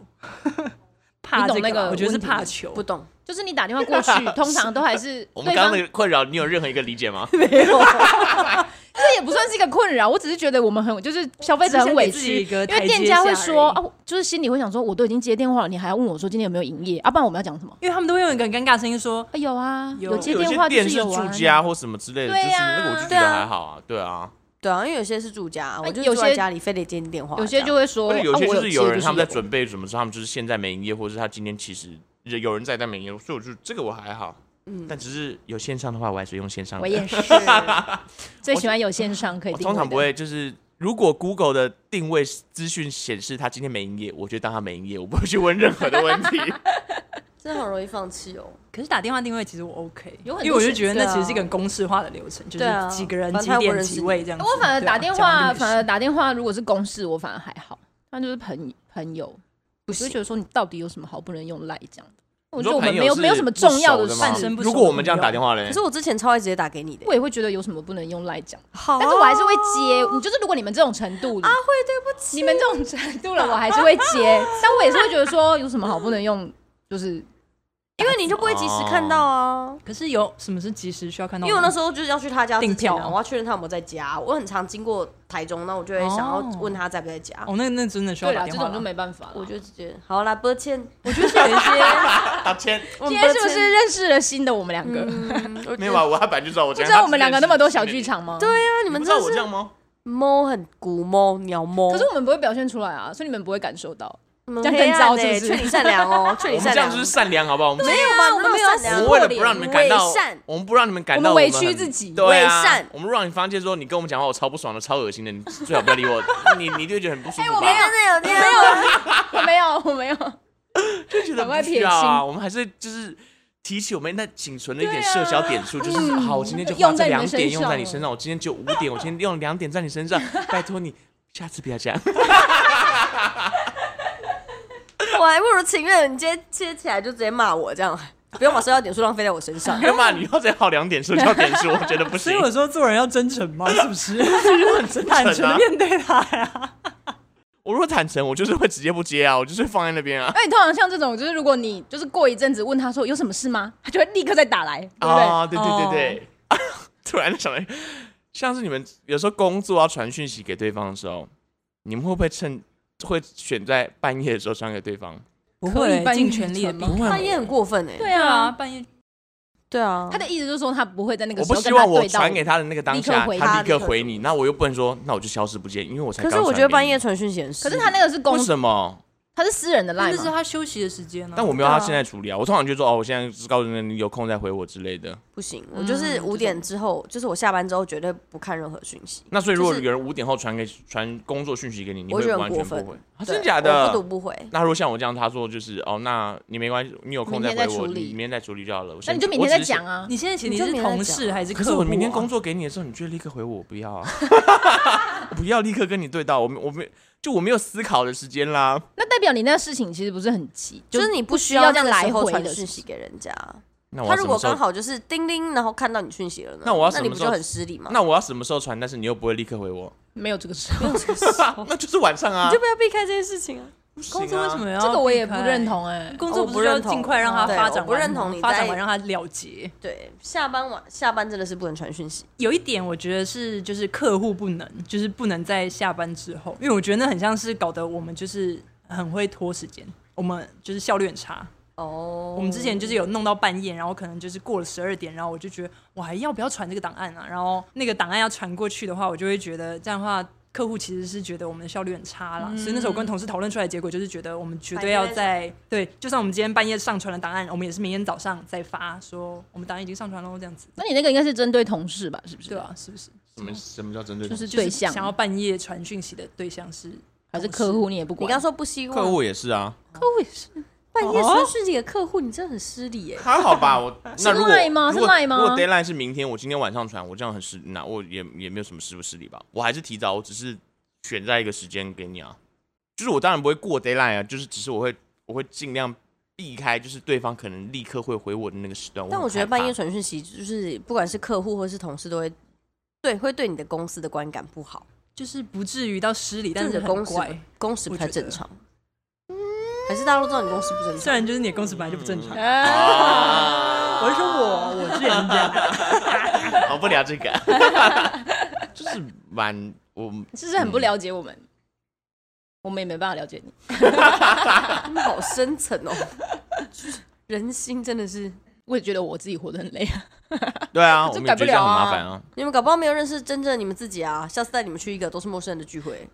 S4: 怕
S3: 你懂
S4: 这
S3: 那个
S4: 我觉得是
S3: 问题
S4: 怕
S3: 吗
S4: 糗
S2: 不。懂，
S3: 就是你打电话过 去，通常都还是
S1: 我们
S3: 对
S1: 刚刚
S3: 方
S1: 那个困扰，你有任何一个理解 吗？
S3: 这也不算是一个困扰，我只是觉得我们很就是消费者很委
S4: 只是想给
S3: 屈，
S4: 自己一个
S3: 因
S4: 台
S3: 为
S4: 阶
S3: 店家会说
S4: 下而
S3: 哦，就是心里会想说，我都已经接电话了，你还要问我说今天有没有营业？啊，不然我们要讲什么？
S4: 因为他们都会用一个很尴尬的声音说
S3: 啊，有啊，
S4: 有
S3: 接
S1: 有
S3: 电
S1: 些
S3: 话就
S1: 店是
S3: 有啊
S1: 住。家或什么之类的，
S3: 对
S1: 就是
S3: 呀
S1: 那个我就觉
S2: 对
S1: 得
S2: 啊
S1: 还好啊，对啊。
S2: 对啊，因为有些是住家，我就
S3: 哎有
S2: 住在
S3: 些
S2: 家里非得接你电话，
S3: 有些就会说，
S1: 而且有些
S3: 啊、我
S1: 就是
S3: 有
S1: 有
S3: 接
S1: 人
S3: 就是
S1: 他们在
S3: 有
S1: 准备什么时候，他们就是现在没营业，或者是他今天其实有人在但没营业，所以我就这个我还好。
S2: 嗯
S1: 但只是有线上的话，我还是用线上
S3: 我
S1: 的。
S3: 也是，最喜欢有线上可以
S1: 我
S3: 定位
S1: 通
S3: 的。
S1: 常不会就是。如果 Google 的定位资讯显示他今天没营业，我就当他没营业，我不会去问任何的问 题。
S2: 真的很容易放弃哦。：“
S4: 可是打电话定位其实我 OK，
S3: 有很多
S4: 因为我就觉得
S2: 选择啊
S4: 那其实是一个很公式化的流程，就
S2: 对啊
S4: 是几个人
S2: 反正
S4: 几
S2: 他又不
S4: 点
S2: 认识
S4: 几位这样子。
S3: 我反而
S4: 对啊
S3: 打电
S4: 讲完
S3: 话，
S4: 就没事
S3: 反而打电话如果是公事，我反而还好，那就是朋朋友，我就会觉得说你到底有什么好不能用赖这样的？我
S1: 你说
S3: 觉得我们
S1: 朋友
S3: 没有
S1: 是
S3: 没有什么
S1: 不
S3: 重要
S1: 熟
S3: 的
S1: 的
S3: 事
S1: 吗
S4: 半生不熟
S1: 如果我们这样打电话嘞
S2: 可是，我之前超爱直接打给你的欸
S3: 我，也会觉得有什么不能用赖讲，
S2: 好啊
S3: 但是我还是会接。你就是如果你们这种程度哦啊，会对不起，你们这种程度了，我还是会接，但我也是会觉得说有什么好不能用，就是
S2: 因为你就不会及时看到
S1: 哦
S2: 啊。
S4: 可是有什么是及时需要看到
S2: 因
S4: 的？
S2: 为我那时候就是要去他家之
S4: 订
S2: 前
S4: 票
S2: 啊、
S4: 啊
S2: 我要确认他有没有在家。我很常经过台中，那我就会想要
S4: 哦
S2: 问他在不在家。
S4: 哦，那那真的需要
S3: 对
S4: 打
S3: 啦，
S4: 电
S3: 这
S4: 话
S3: 种
S4: 了
S3: 就没办法了。
S2: 我就直接好啦，抱歉，
S4: 我觉得是有一些，
S1: 打签
S2: 今
S3: 今天是不是认识了新的我们两个？
S2: 嗯
S1: 没有吧？啊我他本来就知道我这
S3: 不
S1: 样。
S3: 知道我们两个那么多小剧，场吗？对啊。
S2: 那你
S1: 你
S2: 们
S1: 不知
S2: 真
S1: 道
S2: 的
S1: 我这
S2: 是
S1: 样吗？
S2: 猫很古猫鸟猫，
S3: 可是我们不会表现出来啊，所以你们不会感受 到。
S2: 你们
S3: 这样
S2: 黑
S3: 更糟
S2: 暗欸
S3: 是不是
S2: 劝你善良哦，
S1: 我
S2: 劝你
S1: 们
S2: 善
S1: 这
S2: 良
S1: 样就是善良，好不好？我们
S2: 没有啊，我们没有
S1: 我
S2: 善良，
S1: 们为了不让你们感到
S2: 伪善，
S1: 我们不让你们感到
S3: 我们委屈
S1: 我很
S3: 自己
S1: 对啊
S2: 伪善
S1: 我们让你发现说你跟我们讲话我超不爽的，超恶心的，你最好不要 理我，你你就会觉得很不舒服吧。
S3: 哎我没
S2: 真
S3: 有
S2: 的有啊
S3: 没有，我没有，我没有。
S1: 就觉得
S3: 赶快
S1: 不需
S3: 撇
S1: 要啊，
S3: 清
S1: 我们还是就是提起我们那仅存的一点
S3: 对
S1: 社
S3: 啊
S1: 交点数，就是
S3: 嗯
S1: 好，我今天就花
S3: 用在
S1: 这
S3: 你
S1: 两
S3: 们
S1: 点
S3: 身
S1: 用在你
S3: 上
S1: 身上，我今天就五点，我今天用两点在你身上， 拜托你下次不要这样。
S2: 有，我还不如情愿你直接接起来就直接骂我这样，不用把社交点数浪费在我身上。
S1: 要嘛，你要再耗两点社交点数，我觉得不
S4: 所
S1: 行
S4: 以。我说做人要真诚嘛，是不是？
S1: 很真
S4: 坦
S1: 诚
S4: 诚的
S1: 啊！
S4: 面对他呀。
S1: 我如果坦诚，我就是会直接不接啊，我就是放在那边啊。
S3: 那你通常像这种，就是如果你就是过一阵子问他说有什么事吗，他就会立刻再打来，对不对？
S1: 啊，对对对对，
S2: 哦
S1: 突然想到，像是你们有时候工作要传讯息给对方的时候，你们会不会趁会选在半夜的时候传给对方？
S4: 不
S3: 可以
S4: 会
S3: 半夜
S4: 尽全力的
S3: 传吗
S4: 避
S1: 不会
S4: 开
S2: 半夜很过分哎，
S3: 对
S4: 对啊，
S3: 啊，
S4: 半夜
S2: 对啊，
S3: 他的意思就是说他不会在那个
S1: 我
S3: 时
S1: 不
S3: 候
S1: 希
S3: 跟他
S1: 望我
S3: 对到。
S1: 传给他的那个当
S3: 立
S1: 下，
S3: 刻回
S1: 他
S2: 他
S1: 立刻
S2: 立刻
S1: 回你，那我又不能说，那我就消失不见，因为我才
S2: 可
S1: 刚
S2: 是
S1: 传给你。
S2: 我觉得半夜传讯息很
S3: 可是他那个是公
S1: 为，什么？
S3: 他是私人的赖
S4: 那是
S3: 嘛，
S4: 他休息的时间呢。
S1: 但我没有他
S2: 对啊
S1: 现在处理啊，我通常就说哦，我现在是告诉你你有空再回我之类的。
S2: 不行，我就是
S4: 嗯
S2: 五点之后，就是我下班之后绝对不看任何讯息。
S1: 那所以如果
S2: 就
S1: 有
S2: 是
S1: 人五点后传给传工作讯息给你，你
S2: 我
S1: 会
S2: 觉得
S1: 完
S2: 很
S1: 全
S2: 过
S1: 不
S2: 分
S1: 回？啊
S2: 对
S1: 真假
S2: 我不
S1: 的
S2: 读？不回。
S1: 那如果像我这样，他说就是哦，那你没关系，你有空再
S3: 明天
S1: 回
S3: 再
S1: 我，你
S3: 处理
S1: 明天再处理就好了。我
S3: 那
S1: 现
S3: 你
S1: 在
S3: 就明天再。讲
S1: 我
S3: 啊。
S4: 你现在其实
S2: 你
S4: 你
S2: 就没
S4: 是
S2: 有在
S4: 同事
S2: 讲
S4: 还是
S1: 只
S4: 客
S1: 可
S4: 户啊？
S1: 是我明天工作给你的时候，你就立刻回我，我不要啊， 我不要立刻跟你对到，我没我没就我没有思考的时间啦。
S3: 那代表你那事情其实不是很急，
S2: 就是你不
S3: 需
S2: 需
S3: 要
S2: 要
S3: 这样
S2: 那个
S3: 来
S2: 时候
S3: 回
S2: 传
S3: 的
S2: 讯
S3: 事
S2: 息
S3: 情。
S2: 给人家，
S1: 那我要
S2: 他如
S1: 什么
S2: 果
S1: 时候
S2: 刚好就是叮叮，然后看到你讯息了呢，
S1: 那我要
S2: 那
S1: 什
S2: 你
S1: 么
S2: 不
S1: 时候
S2: 就很失礼吗？
S1: 那我要什么时候传，但是你又不会立刻回我，
S3: 没有这个事，
S1: 那就是晚上啊
S2: 你就。不要避开这件事情啊！哦
S4: 工作为什么要？
S3: 这个我也不认。同哎。
S4: 工作
S2: 我
S4: 不
S2: 不
S4: 是要
S2: 认同
S4: 尽快让它
S2: 对
S4: 发
S2: 我
S4: 展完吗，
S2: 不认同你
S4: 发
S2: 在
S4: 展完让它了结。
S2: 对，下班晚下班真的是不能传讯息，
S4: 有一点我觉得是，就是客户不能，就是不能在下班之后，因为我觉得那很像是搞得我们就是很会拖时间，我们就是效率很差。
S2: 哦
S4: 我们之前就是有弄到半夜，然后可能就是过了十二点，然后我就觉得我还要不要传这个档案啊？然后那个档案要传过去的话，我就会觉得这样的话，客户其实是觉得我们的效率很差啦。所以那时候我跟同事讨论出来的结果就是觉得我们绝对要在对，就算我们今天半夜上传了档案，我们也是明天早上再发，说我们档案已经上传喽，这样子。
S3: 那你那个应该是针对同事吧？是不是？
S4: 对啊，啊是不是？
S1: 什么什么叫针对
S4: 就
S1: 同事？
S4: 是
S3: 对
S4: 就是
S3: 象
S4: 想要半夜传讯息的对象是
S3: 还是客户你也不
S2: 你
S3: 管。
S2: 刚说不希望
S3: 哦
S1: 客户也是啊，
S3: 客户也是，
S2: 半夜说自己的客户，你真的很失礼耶。
S1: 还好 吧，我那如果
S3: Line 吗
S1: 如果
S3: 是 Line 吗
S1: 如果 deadline 是明天，我今天晚上传，我这样很失，那我也也没有什么失不失礼吧？我还是提早，我只是选在一个时间给你啊。就是我当然不会过 deadline 啊，就是只是我会我会尽量避开，就是对方可能立刻会回我的那个时段。
S2: 但
S1: 很
S2: 我觉
S1: 害
S2: 得半夜
S1: 怕
S2: 传讯息，就是不管是客户或是同事，都会对会对你的公司的观感不好，
S4: 就是不至于到失礼，但
S2: 你的
S4: 是很
S2: 公司
S4: 怪。
S2: 公司不太
S4: 我觉得
S2: 正常。还是大家都知道你公司不正
S4: 虽
S2: 常，
S4: 然就是你的公司本来就不正常，
S1: 啊，
S4: 我是说我我之前是这样的，
S1: 我不聊这个， 就是蛮我
S3: 是不是很不了解我们？我们也没办法了解你。
S2: 他们好深层哦， 人心真的是。
S3: 我也觉得我自己活得很累啊。
S1: 对 啊，我
S3: 这
S1: 们
S3: 改
S1: 也
S3: 不
S1: 觉得这样
S3: 了
S1: 很
S3: 啊
S1: 麻烦啊。
S2: 你们搞不好没有认识真正的你们自己啊！下次带你们去一个都是陌生人的聚会，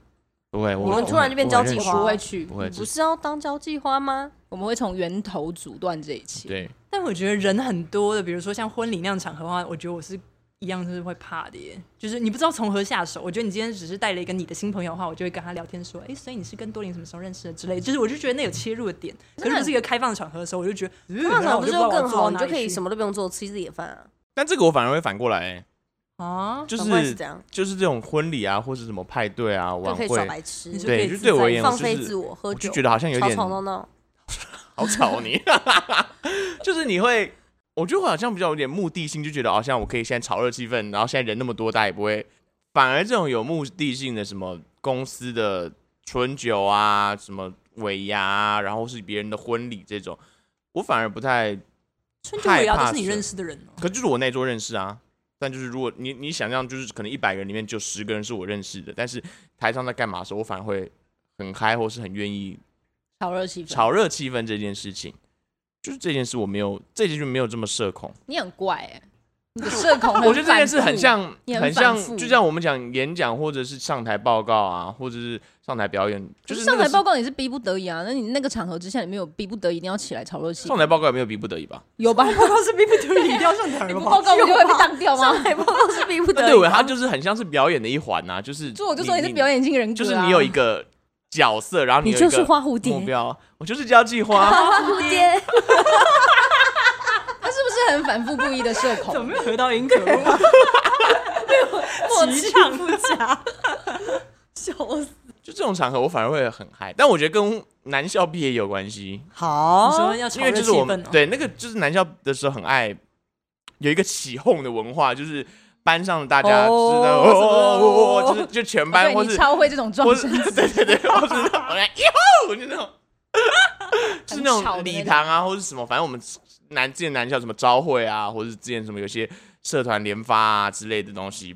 S1: 对，
S2: 我们突然就变交际花
S3: 不会去
S1: 不，会
S2: 不是要当交际花吗？
S3: 我们会从源头阻断这一切。
S1: 对，
S4: 但我觉得人很多的，比如说像婚礼那样场合的话，我觉得我是一样就是会怕的耶，就是你不知道从何下手。我觉得你今天只是带了一个你的新朋友的话，我就会跟他聊天说，哎、所以你是跟多林什么时候认识的之类的，就是我就觉得那有切入的点。可是如果是一个开放的场合的时候，我就觉得嗯
S2: 那
S4: 然后
S2: 场
S4: 我
S2: 不
S4: 就是不知道
S2: 就
S4: 我要
S2: 更
S4: 做到
S2: 好？你
S4: 哪
S2: 就
S4: 里
S2: 可以
S4: 去
S2: 什么都不用做，吃自己的饭啊，
S1: 但这个我反而会反过来、欸
S4: 啊？
S1: 就
S2: 反过来
S1: 是
S2: 是这样
S1: 就是这种婚礼啊，或是什么派对啊，晚
S2: 就可
S1: 会
S2: 以，耍白痴
S4: 你，就可
S1: 对，
S4: 以
S1: 就
S4: 自
S1: 对我
S4: 在
S1: 而言，
S2: 放
S1: 我就
S2: 飞
S1: 是
S2: 自我，喝
S1: 我就
S2: 酒，
S1: 觉得好像有
S2: 吵
S1: 点
S2: 吵闹 闹，
S1: 好吵你， 就是你会，我觉得我好像比较有点目的性，就觉得好像我可以现在炒热气氛，然后现在人那么多，大家也不会。反而这种有目的性的，什么公司的春酒啊，什么尾牙、啊，然后是别人的婚礼这种，我反而不太。
S4: 春节尾牙
S1: 害怕
S4: 都是你
S1: 死
S4: 认识的人哦、
S1: 可就是我那一桌认识啊，但就是如果你你想象，就是可能一百个人里面就十个人是我认识的，但是台上在干嘛的时候，我反而会很嗨，或是很愿意
S3: 炒热气氛。
S1: 炒热气氛这件事情，就是这件事我没有，这件事没有这么社恐。
S3: 你很怪哎、你的社恐 很
S1: 我觉得这件事
S3: 反
S1: 很
S3: 复
S1: 像，
S3: 也很
S1: 很像
S3: 反复，
S1: 就像我们讲演讲或者是上台报告啊，或者是上台表演，
S3: 可
S1: 就是是
S3: 上
S1: 那
S3: 台
S1: 个
S3: 报告也是逼不得已啊。那你那个场合之下，你没有逼不得已一定要起来炒热气
S1: 上
S3: 氛，
S1: 台报告也没有逼不得已吧？
S3: 有吧？
S4: 报告是逼不得已一定要上台
S3: 你
S4: 了
S3: 不
S4: 吧
S3: 报？告不就会被当 掉吗？
S2: 上海报告是逼不得
S1: 对，我
S2: 已。
S1: 他就是很像是表演的一环呐、就是
S3: 所以我就说你是表，演性人格、
S1: 就
S3: 啊，
S1: 是你有一个角色，然后有一
S2: 就是
S1: 个
S2: 花蝴蝶
S1: 目，标，我就是交际花，
S2: 花蝴蝶，
S3: 他是不是很反复不一的社 恐？
S4: 怎么没有合到音？可恶，
S3: 默
S4: 极
S3: 契
S4: 唱不佳。
S2: 笑死！
S1: 就这种场合我反而会很嗨，但我觉得跟男校毕业有关系，
S2: 好
S4: 你说要
S1: 因
S4: 炒
S1: 为
S4: 热
S1: 就
S4: 气
S1: 是我
S4: 氛
S1: 们
S4: 哦、
S1: 对那个就是男校的时候很爱有一个起哄的文化，就是班上大家就是那种
S2: 哦
S1: 哦哦哦哦，就是就全班或
S3: 对你
S1: 是
S3: 超会这种撞
S1: 我是
S3: 声
S1: 对对对，我是那种我来哟吼，就那种，就是那
S3: 很吵
S1: 种
S3: 的那种
S1: 礼堂啊，或是什么，反正我们南之前南校什么招会啊，或者之前什么有些社团联发啊之类的东西，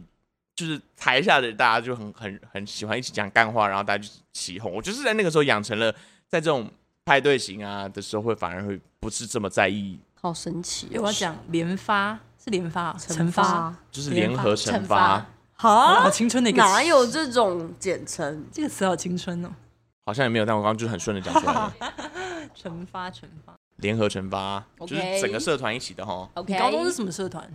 S1: 就是台下的大家就很很很喜欢一起讲干话，然后大家就起哄。我就是在那个时候养成了，在这种派对型啊的时候，会反而会不是这么在意，
S2: 好神奇
S4: 欸
S2: 哦！
S4: 我要讲连发是连发啊，
S2: 惩
S4: 惩
S2: 罚
S4: 罚，
S1: 就是联合
S3: 惩
S1: 惩
S3: 罚
S1: 罚，
S4: 哦
S2: 好
S4: 好，青春的一个词
S2: 哪有这种简称？
S4: 这个词好青春哦，
S1: 好像也没有，但我刚刚就是很顺的讲出来了，
S4: 惩罚惩罚。
S1: 联合惩罚，就
S3: OK
S1: 是整个社团一起的哈。
S3: OK，
S4: 你高中是什么社团？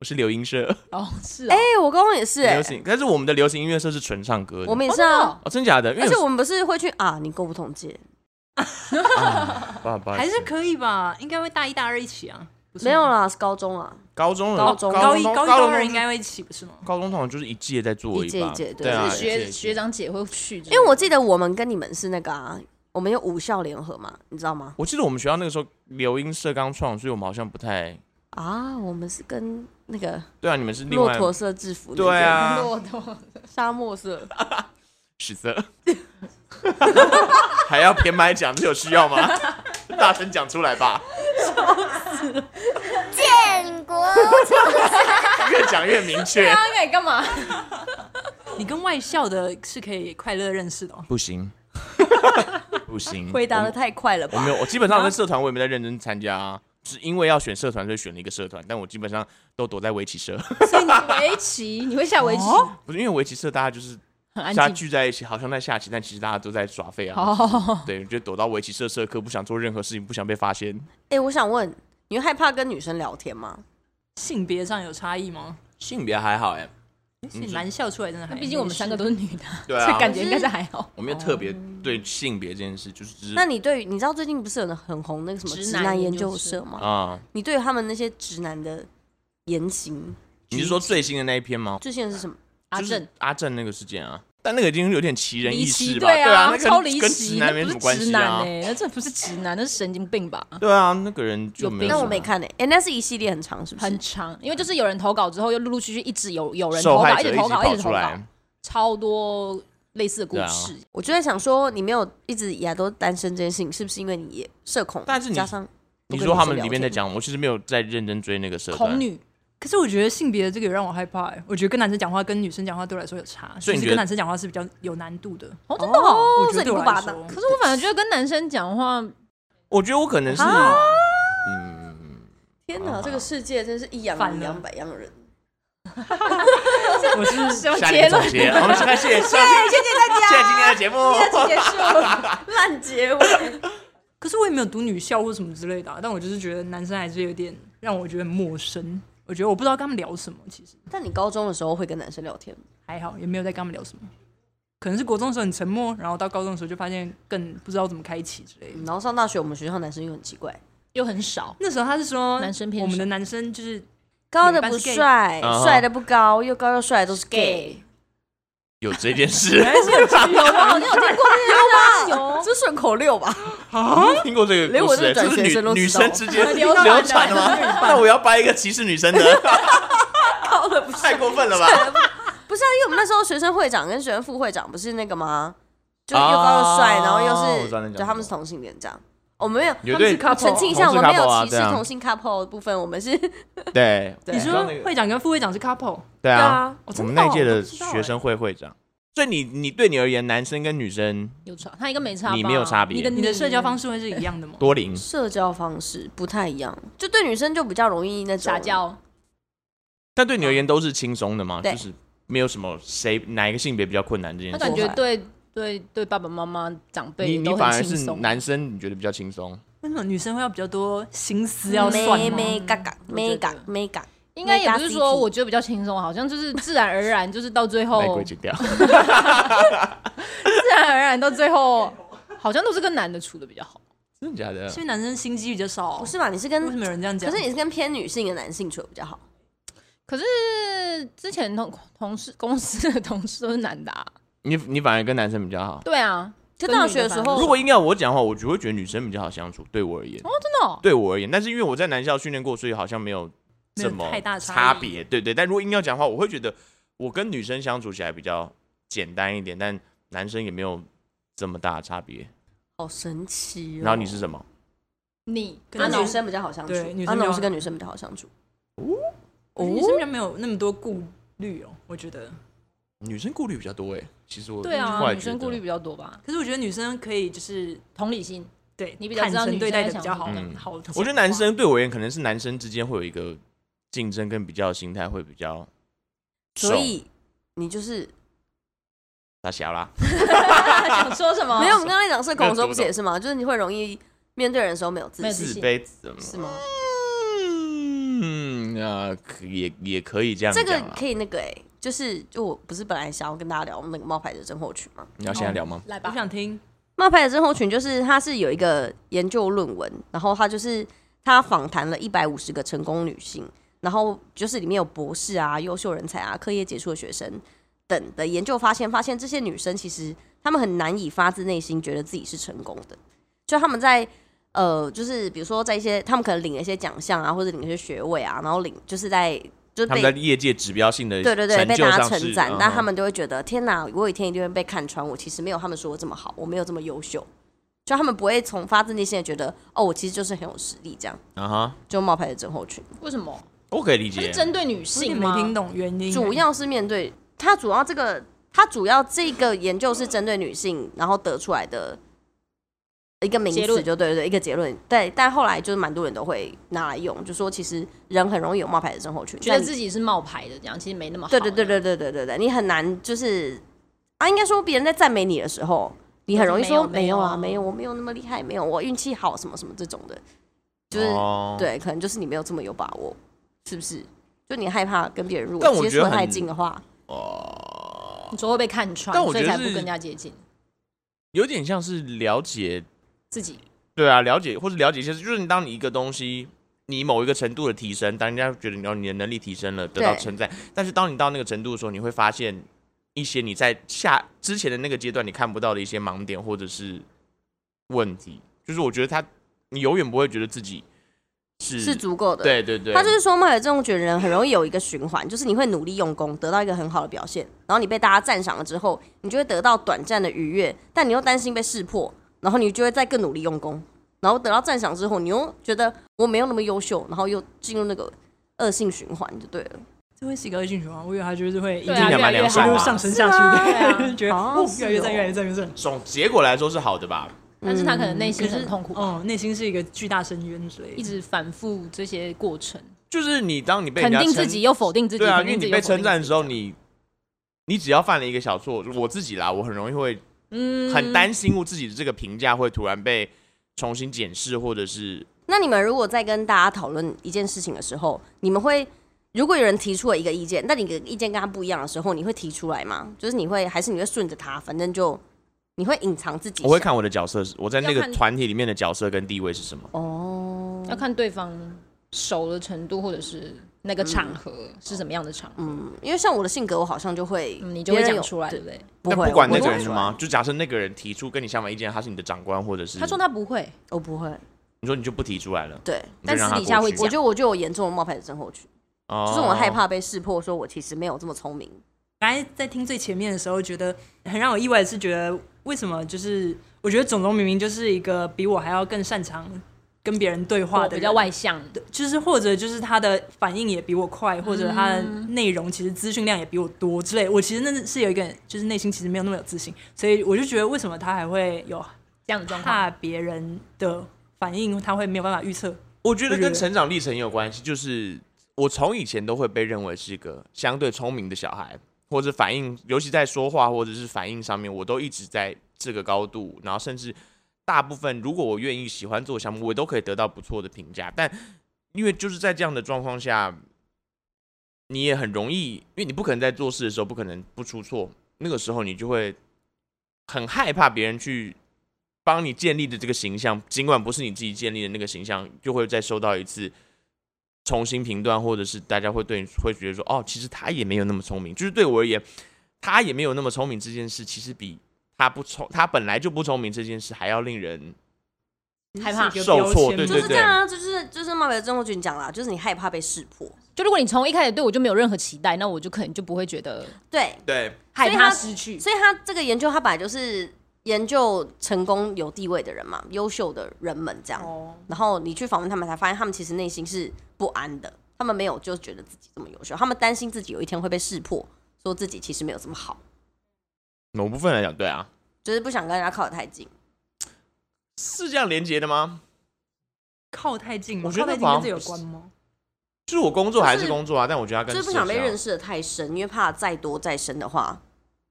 S1: 我是流音社。
S3: 哦是
S2: 哎
S3: 哎、，
S2: 我刚刚也是哎
S1: 流，行，但是我们的流行音乐社是纯唱歌的。
S2: 我们也
S3: 哦
S2: 是
S3: 真的
S2: 啊
S3: 哦，
S1: 哦，真假的？因为
S2: 而且我们不是会去啊？你跟我不同届，
S1: 爸爸
S4: 还是可以吧，应该会大一大二一起啊。不是吗
S2: 没有，啦，是高中啊，
S1: 高中了，
S2: 高中
S4: 高一、
S1: 高
S4: 高一、
S1: 高
S4: 高
S1: 中
S4: 二应该会一起，不是吗？
S1: 高中通常就是一届在做
S2: 一届
S1: 把，
S2: 一届对
S1: 对啊，
S3: 就是
S1: 一届
S3: 学
S1: 一届
S3: 学长姐会去之类的，
S2: 因为我记得我们跟你们是那个啊，我们有五校联合嘛，你知道吗？
S1: 我记得我们学校那个时候流音社刚创，所以我们好像不太
S2: 啊，我们是跟那个
S1: 对啊，你们是另
S2: 骆
S1: 外
S2: 驼色制服，
S1: 对，啊，
S3: 骆驼
S2: 沙漠色，
S1: 屎色， 还要偏麦讲，这有需要吗？ 大声讲出来吧，
S5: 建国。
S1: 越讲越明确。
S3: 他该干嘛？
S4: 你跟外校的是可以快乐认识的、哦。
S1: 不 行，不行，
S2: 回答
S1: 我
S2: 的太快了
S1: 我
S2: 吧？啊
S1: 没有，我基本上在社团我也没在认真参加、啊，是因为要选社团所以选了一个社团，但我基本上都躲在围棋社，
S3: 所以你围棋，你会下围棋，
S4: 哦
S1: 不是因为围棋社大家就是
S3: 很
S1: 大家
S3: 安静。
S1: 聚在一起，好像在下棋，但其实大家都在耍废啊。
S3: 哦，
S1: 对，就躲到围棋社社科，不想做任何事情，不想被发现。
S2: 哎，我想问，你会害怕跟女生聊天吗？
S4: 性别上有差异吗？
S1: 性别还好哎、
S4: 是男校出来真的还，
S3: 那毕竟我们三个都是女的，
S1: 对
S3: 所
S1: 啊
S3: 以，感觉应该是还好。
S1: 我没有特别对性别这件事，就是只是
S2: 那你对于你知道最近不是有很红那个什么
S3: 直
S2: 直
S3: 男
S2: 男
S3: 研
S2: 研
S3: 究
S2: 究
S3: 社
S2: 社吗？
S1: 啊，
S2: 你对于他们那些直男的言行，
S1: 你是说最新的那一篇吗？
S2: 最现在是什么？
S3: 阿
S1: 就是
S3: 正，
S1: 阿正那个事件啊，但那个已经有点奇人异
S3: 离奇
S1: 事吧？对
S3: 啊，
S1: 那
S3: 超
S1: 跟
S3: 离
S1: 跟直
S3: 奇，
S1: 男
S3: 那
S1: 没
S3: 不
S1: 什么
S3: 是
S1: 关
S3: 直
S1: 系
S3: 男
S1: 啊。
S3: 哎，那这不是直男，那是神经病吧？
S1: 对啊，那个人就
S3: 有
S1: 没
S3: 病
S1: 有
S2: 那
S1: 什
S2: 我
S1: 么
S2: 哦没看诶、诶、那是一系列很长，是不
S3: 很
S2: 是？
S3: 长，因为就是有人投稿之后，又陆陆续续一直有有人投
S1: 受
S3: 稿，
S1: 害
S3: 一
S1: 者
S3: 直
S1: 一
S3: 投
S1: 直
S3: 稿，一
S1: 跑
S3: 直
S1: 出
S3: 投稿
S1: 来，，
S3: 超多类似的故
S1: 对啊
S3: 事。
S2: 我就在想说，你没有一直以来都单身这件事情，是不是因为你也社恐？
S1: 但是你
S2: 加上
S1: 你说他们里面在讲，我其实没有在认真追那个社
S3: 恐
S1: 团，
S3: 女
S4: 可是我觉得性别这个也让我害怕、欸，我觉得跟男生讲话跟女生讲话对我来说有差，
S1: 所以你
S4: 其
S1: 觉
S4: 实
S1: 得
S4: 跟男生讲话是比较有难度的。
S3: 哦，真的哦。
S4: 我觉
S2: 所以你
S4: 得对我
S2: 不把
S4: 来
S2: 它
S4: 说，
S3: 可是我反而觉得跟男生讲话，
S1: 我觉得我可能是
S2: 啊
S1: 嗯，
S2: 天哪，这个世界真是一样
S4: 反
S2: 米
S4: 了
S2: 养百样 人。
S4: 我是
S3: 什么
S1: 下
S3: 结
S1: 年总
S3: 论？
S1: 结，啊我们谢谢谢谢谢谢今天的节目，
S2: 结束，烂结尾。
S4: 可是我也没有读女校或什么之类的、啊，但我就是觉得男生还是有点让我觉得很陌生。我觉得我不知道跟他们聊什么，其实
S2: 但你高中的时候会跟男生聊天吗？
S4: 还好，也没有在跟他们聊什么。可能是国中的时候很沉默，然后到高中的时候就发现更不知道怎么开启之类的。
S2: 嗯然后上大学，我们学校男生又很奇怪，
S3: 又很少，
S4: 那时候他是说，
S3: 男生偏少
S4: 我们的男生就是
S2: 高的不帅
S1: 嗯，哼
S2: 帅的不高，又高又帅的都是 gay。
S3: gay
S1: 有这件事，
S3: 有吧？你有听过这件事有
S2: 这顺口溜 吧？
S1: 啊听过这个
S2: 连
S1: 故
S2: 我
S1: 事欸，这
S2: 这转
S1: 是
S2: 学生
S1: 女
S2: 都
S1: 女
S2: 知道
S1: 生之间
S3: 流
S1: 流
S3: 传的
S1: 传的吗？那我要掰一个歧视女生的，
S2: 高的不帅，
S1: 太过分了吧？
S2: 不是啊，因为我们那时候学生会长跟学生副会长不是那个吗？就又高又帅，
S1: 哦
S2: 然后
S1: 我
S2: 又
S1: 知道你讲
S2: 是，对，他们是同性恋这样。我们没有，
S1: 有
S2: 他们是
S1: 对
S2: couple 澄清一下，
S1: 同事
S2: 我们没
S1: couple 啊
S2: 有歧视
S1: 对啊
S2: 同性 couple 的部分，我们是
S1: 对，
S4: 你
S1: 知道
S4: 说
S1: 那个
S4: 会长跟副会长是 couple，
S1: 对
S4: 对
S1: 啊，
S4: 啊，我
S1: 我
S4: 真
S1: 们
S4: 的
S1: 那
S4: 哦
S1: 一届
S4: 我
S1: 的
S4: 不知道
S1: 学
S4: 欸
S1: 生会会长，所以你你对你而言，男生跟女生
S3: 有差， 他一个没差吧，
S1: 你没有差别
S3: 你的
S4: 你的社交方式会是一样的吗？
S1: 多零
S2: 社交方式不太一样，就对女生就比较容易那种
S3: 撒。娇，
S1: 但对你而言都是轻松的吗？
S2: 对
S1: 就是没有什么谁哪一个性别比较困难这件
S3: 他
S1: 事。
S3: 感觉对对对爸爸妈妈长辈
S1: 你你
S3: 都
S1: 反
S3: 很
S1: 而
S3: 轻
S1: 是
S3: 松。
S1: 男生，你觉得比较轻松？
S4: 为什么女生会要比较多心思要算
S2: 嗯妹
S4: 吗？
S2: 妹嘎嘎，
S3: 我
S2: 妹
S3: 觉得
S2: 嘎妹嘎，
S3: 应该也不是说
S2: Mega CP
S3: 我觉得比较轻松，好像就是自然而然，就是到最后
S1: 来 归剪掉。
S3: 自然而然到最后，好像都是跟男的处的比较好。
S1: 真的假的
S4: 是？因为男生心机比较少，
S2: 不是吧？你是
S4: 为什
S2: 跟，
S4: 么有人这样
S2: 可
S4: 讲？
S2: 是你是跟偏女性的男性处得比较好。
S3: 可是之前同同事公司的同事都是男的、啊，
S1: 你你反而跟男生比较好。
S3: 对啊，
S2: 就
S3: 跟女
S2: 大学的时
S3: 反而
S2: 候，
S1: 如果硬要我讲的话，我就会觉得女生比较好相处。对我而言，
S3: 真的哦哦、
S1: 对我而言，但是因为我在男校训练过，所以好像没有
S4: 没
S1: 这
S4: 有
S1: 么
S4: 太大差异
S1: 差别。对对，但如果硬要讲的话，我会觉得我跟女生相处起来比较简单一点，但男生也没有这么大的差别。
S2: 好神奇哦。
S1: 然后你是什么？
S3: 你
S4: 跟
S2: 啊，
S4: 男
S2: 女生比较好相处，
S4: 对女
S2: 啊，
S4: 生比较
S2: 农是跟女生比较好相处。
S4: 我觉得女生比较没有那么多顾虑哦，我觉得。
S1: 女生顾虑比较多哎，其实我
S3: 对
S1: 后
S3: 啊，
S1: 来
S3: 女生
S1: 觉得
S3: 顾虑比较多吧，
S4: 可是我觉得女生可以就是
S3: 同理心。
S4: 对
S3: 你比较
S4: 坦
S3: 知道
S4: 诚
S3: 女生
S4: 对待的
S3: 在
S4: 比较好
S3: 想，
S1: 什么
S4: 好。我
S1: 我觉得男生对我而言，可能是男生之间会有一个竞争跟比较的心态，会比较
S2: 所以你就是
S1: 打小啦。
S3: 想说什
S4: 哦
S3: 么？
S2: 没有，我们刚才讲社恐的时候
S1: 没有读不懂
S2: 不是也是吗？就是你会容易面对人的时候没有自
S3: 没有
S2: 信，
S3: 自
S1: 自
S3: 信
S1: 卑怎么？
S2: 是吗？
S1: 嗯，那可也也可以这样
S2: 这
S1: 讲啊
S2: 个
S1: 啦。
S2: 可以那个哎、就是就我不是本来想要跟大家聊那个冒牌者症候群吗？
S1: 你要现在聊吗？
S2: 哦
S3: 来
S4: 我
S3: 吧，
S4: 想听，
S2: 冒牌者症候群就是它是有一个研究论文，然后它就是它访谈了一百五十个成功女性，然后就是里面有博士啊、优秀人才啊、课业杰出的学生等的研究发现，发现这些女生其实她们很难以发自内心觉得自己是成功的，就她们在。呃，就是比如说，在一些她们可能领了一些奖项啊，或者领了一些学位啊，然后领就是在就是
S1: 他
S2: 被
S1: 们在业界指标性的
S2: 对对对，
S1: 成
S2: 被
S1: 就
S2: 大家
S1: 上
S2: 称
S1: 是，
S2: 赞
S1: 嗯，
S2: 但他们就会觉得天哪，我有一天一定会被看穿，我其实没有他们说的这么好，我没有这么优秀，就他们不会从发自内心的觉得哦，我其实就是很有实力，这样
S1: 啊哈，
S2: 就冒牌的症候群，
S3: 为什么？
S1: 我可以理
S3: 他是
S1: 解。
S3: 针对女
S4: 我有
S3: 性
S4: 点
S3: 吗？
S4: 没听懂原因。
S2: 主要是面对他主要这个他主要这个研究是针对女性，然后得出来的。一个名
S3: 结
S2: 词
S3: 论
S2: 就对对对，一个结论对，但后来就是蛮多人都会拿来用，就说其实人很容易有冒牌的症候群，
S3: 觉得
S2: 但
S3: 自己是冒牌的，这样其实没那么好。
S2: 对对对对对对对对，你很难就是啊，应该说别人在赞美你的时候，你很容易说
S3: 就是没
S2: 没有
S3: 有没有啊
S2: 啊，没有，我没有那么厉害，没有，我运气好，什么什么这种的，就是、
S1: 哦，
S2: 对，可能就是你没有这么有把握，是不是？就你害怕跟别人如
S1: 但
S2: 果
S1: 我
S2: 接
S1: 觉得
S2: 触得太
S1: 很
S2: 近的话，
S3: 你说会被看穿，
S1: 但我
S3: 所
S1: 觉得
S3: 以才
S1: 是
S3: 不跟人家接近
S1: 有点像是了解，
S3: 自己。
S1: 对啊，了解或者了解一些事，就是你当你一个东西。你某一个程度的提升，当人家觉得你哦你的能力提升了，得到
S2: 对
S1: 称赞。但是当你到那个程度的时候，你会发现一些你在下之前的那个阶段你看不到的一些盲点或者是问题。就是我觉得他，你永远不会觉得自己是
S2: 是足够的。
S1: 对对对，
S2: 他就是说嘛，有这种觉得人很容易有一个循环，就是你会努力用功，得到一个很好的表现，然后你被大家赞赏了之后，你就会得到短暂的愉悦，但你又担心被识破，然后你就会再更努力用功，然后得到赞赏之后，你又觉得我没有那么优秀，然后又进入那个恶性循环就对了。
S4: 这会是一个恶性循环，我以为它就是会一
S3: 对
S4: 路
S1: 听
S3: 啊，
S1: 起来
S3: 越来
S1: 蛮
S3: 越
S1: 凉爽
S3: 好
S1: 的
S3: 啊，
S4: 上升下去的，
S3: 对
S4: 觉得
S2: 好像
S4: 哦
S2: 是
S4: 越来越赞，
S2: 哦
S4: 越来越赞，越来越赞。
S1: 总结果来说是好的吧？
S3: 但是他可能内心
S4: 可是
S3: 很痛苦吧，
S4: 哦，内心是一个巨大深渊之类的。
S3: 一直反复这些过程，
S1: 就是你当你被
S3: 肯
S1: 人家
S3: 定
S1: 称
S3: 自己又否定自己，
S1: 对啊，
S3: 肯
S1: 因为
S3: 定自
S1: 你
S3: 己
S1: 被
S3: 又否定
S1: 称赞的
S3: 自己
S1: 时候，你你只要犯了一个小错，我自己啦，我很容易会
S3: 嗯
S1: 很担心我自己的这个评价会突然被重新检视，或者是
S2: 那你们如果在跟大家讨论一件事情的时候，你们会如果有人提出了一个意见，但你的意见跟他不一样的时候，你会提出来吗？就是你会还是你会顺着他，反正就你会隐藏自己想。
S1: 我会看我的角色是我在那
S3: 要
S1: 个
S3: 看
S1: 团体里面的角色跟地位是什么。
S2: 哦，
S3: 要看对方熟的程度，或者是那个场合是什么样的场合，
S2: 嗯，因为像我的性格，我好像就会，
S3: 嗯，你就会
S2: 别人
S3: 讲
S2: 有嗯
S3: 出来，对
S2: 对
S3: 不对？
S2: 不
S1: 那
S2: 会，
S1: 不管那
S2: 我
S1: 个
S2: 不
S1: 人
S2: 会
S1: 是吗？？就假设那个人提出跟你相反意见，他是你的长官，或者是
S3: 他说他不会，
S2: 我不会，
S1: 你说你就不提出来了，
S2: 对，
S1: 你就
S3: 但
S1: 让
S3: 私
S1: 他
S3: 底下
S1: 过
S3: 会
S1: 去
S2: 我觉得我就有严重的冒牌者症候群，
S1: 哦
S2: 就是我害怕被识破，说我其实没有这么聪明。
S4: 刚才在听最前面的时候，觉得很让我意外的是，觉得为什么就是我觉得总总明明就是一个比我还要更擅长跟别人对话
S3: 我
S4: 的人
S3: 比较，外向，
S4: 就是或者就是他的反应也比我快，或者他的内容其实资讯量也比我多之类。我其实那是有一个就是内心其实没有那么有自信，所以我就觉得为什么他还会有
S3: 这样的状况。
S4: 怕别人的反应，他会没有办法预测。
S1: 我觉得
S4: 我觉
S1: 跟
S4: 得
S1: 成长历程也有关系，就是我从以前都会被认为是一个相对聪明的小孩，或者反应，尤其在说话或者是反应上面，我都一直在这个高度，然后甚至大部分如果我愿意喜欢做项目，我都可以得到不错的评价。但因为就是在这样的状况下，你也很容易，因为你不可能在做事的时候不可能不出错，那个时候你就会很害怕别人去 帮你建立的这个形象，尽管不是你自己建立的那个形象，就会再收到一次重新评断，或者是大家会对你会觉得说，哦，其实他也没有那么聪明。就是对我而言，他也没有那么聪明这件事，其实比他不聪，他本来就不聪明这件事还要令人
S3: 害怕
S4: 是一个标
S1: 受挫
S4: 签
S1: 对
S2: 就是这样啊，就是就是冒牌者症候群讲啦，就是你害怕被识破，
S3: 就如果你从一开始对我就没有任何期待，那我就可能就不会觉得
S2: 对，
S1: 对
S3: 害
S2: 所以他
S3: 怕失去。
S2: 所以他这个研究他本来就是研究成功有地位的人嘛，优秀的人们这样，
S4: 哦，
S2: 然后你去访问他们，才发现他们其实内心是不安的，他们没有就觉得自己这么优秀，他们担心自己有一天会被识破，说自己其实没有这么好，
S1: 某部分来讲，对啊，
S2: 就是不想跟人家靠得太近。
S1: 是这样连接的吗？
S4: 靠太近吗，
S1: 我觉得
S4: 靠太近
S1: 好像
S4: 跟这有
S1: 不是
S4: 关吗？
S1: 就是我工作还是
S2: 就是
S1: 工作啊，但我觉得他
S2: 就
S1: 跟
S2: 是不想被
S1: 社交
S2: 认识的太深，因为怕再多再深的话，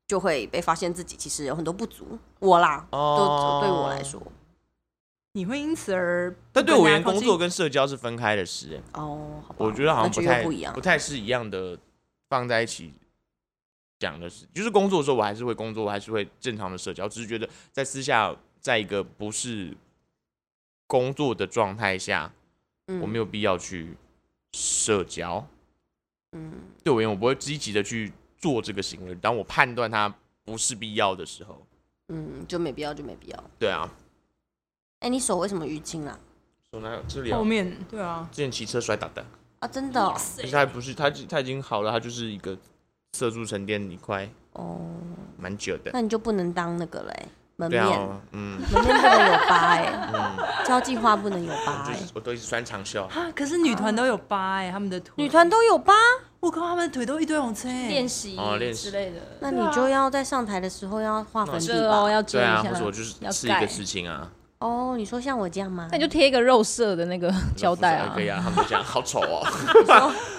S2: 就会被发现自己其实有很多不足。我啦，都
S1: 哦，
S2: 对我来说，
S4: 你会因此而呃
S1: 但对我而言，工作
S4: 跟
S1: 跟社交是分开的事、欸
S2: 哦，好吧
S1: 我觉得好像
S2: 那就又
S1: 太
S2: 不一样。
S1: 太是一样的放在一起讲的事。就是工作的时候，我还是会工作，我还是会正常的社交，只是觉得在私下，在一个不是工作的状态下，
S2: 嗯
S1: 我没有必要去社交。
S2: 嗯，
S1: 对我而言，我不会积极的去做这个行为。当我判断它不是必要的时候，
S2: 嗯，就没必要，就没必要。
S1: 对啊，
S2: 哎、你手为什么淤青啦？
S1: 说那这里、
S4: 后
S1: 啊。
S2: 哦
S4: 面对啊，
S1: 之前骑车摔倒的，
S2: 啊，真的哦，
S1: 可是他还不是他他已经好了，他就是一个色素沉淀一块，
S2: 哦
S1: 蛮久的。
S2: 那你就不能当那个嘞，门
S1: 对
S2: 面，
S1: 啊，嗯，
S2: 门面不能有疤哎、
S1: 嗯，
S2: 交际花不能有疤
S1: 我
S2: 哎、
S1: 就是我都一直穿长袖。
S4: 啊，可是女团都有疤哎、他们的腿，
S2: 女团都有疤，
S4: 我靠，他们的腿都一堆红刺哎、
S3: 练习
S1: 哦练习
S3: 之类的，
S2: 那你就要在上台的时候要画粉底
S3: 这
S2: 吧
S3: 哦？要遮
S1: 对
S3: 一
S1: 啊，
S3: 下，
S1: 或者我就是
S3: 要
S1: 是一个
S3: 盖
S1: 事情啊，
S2: 哦，你说像我这样吗
S3: 那？你就贴一个肉色的那个胶带啊
S1: 可，以啊，他们就讲好丑哦，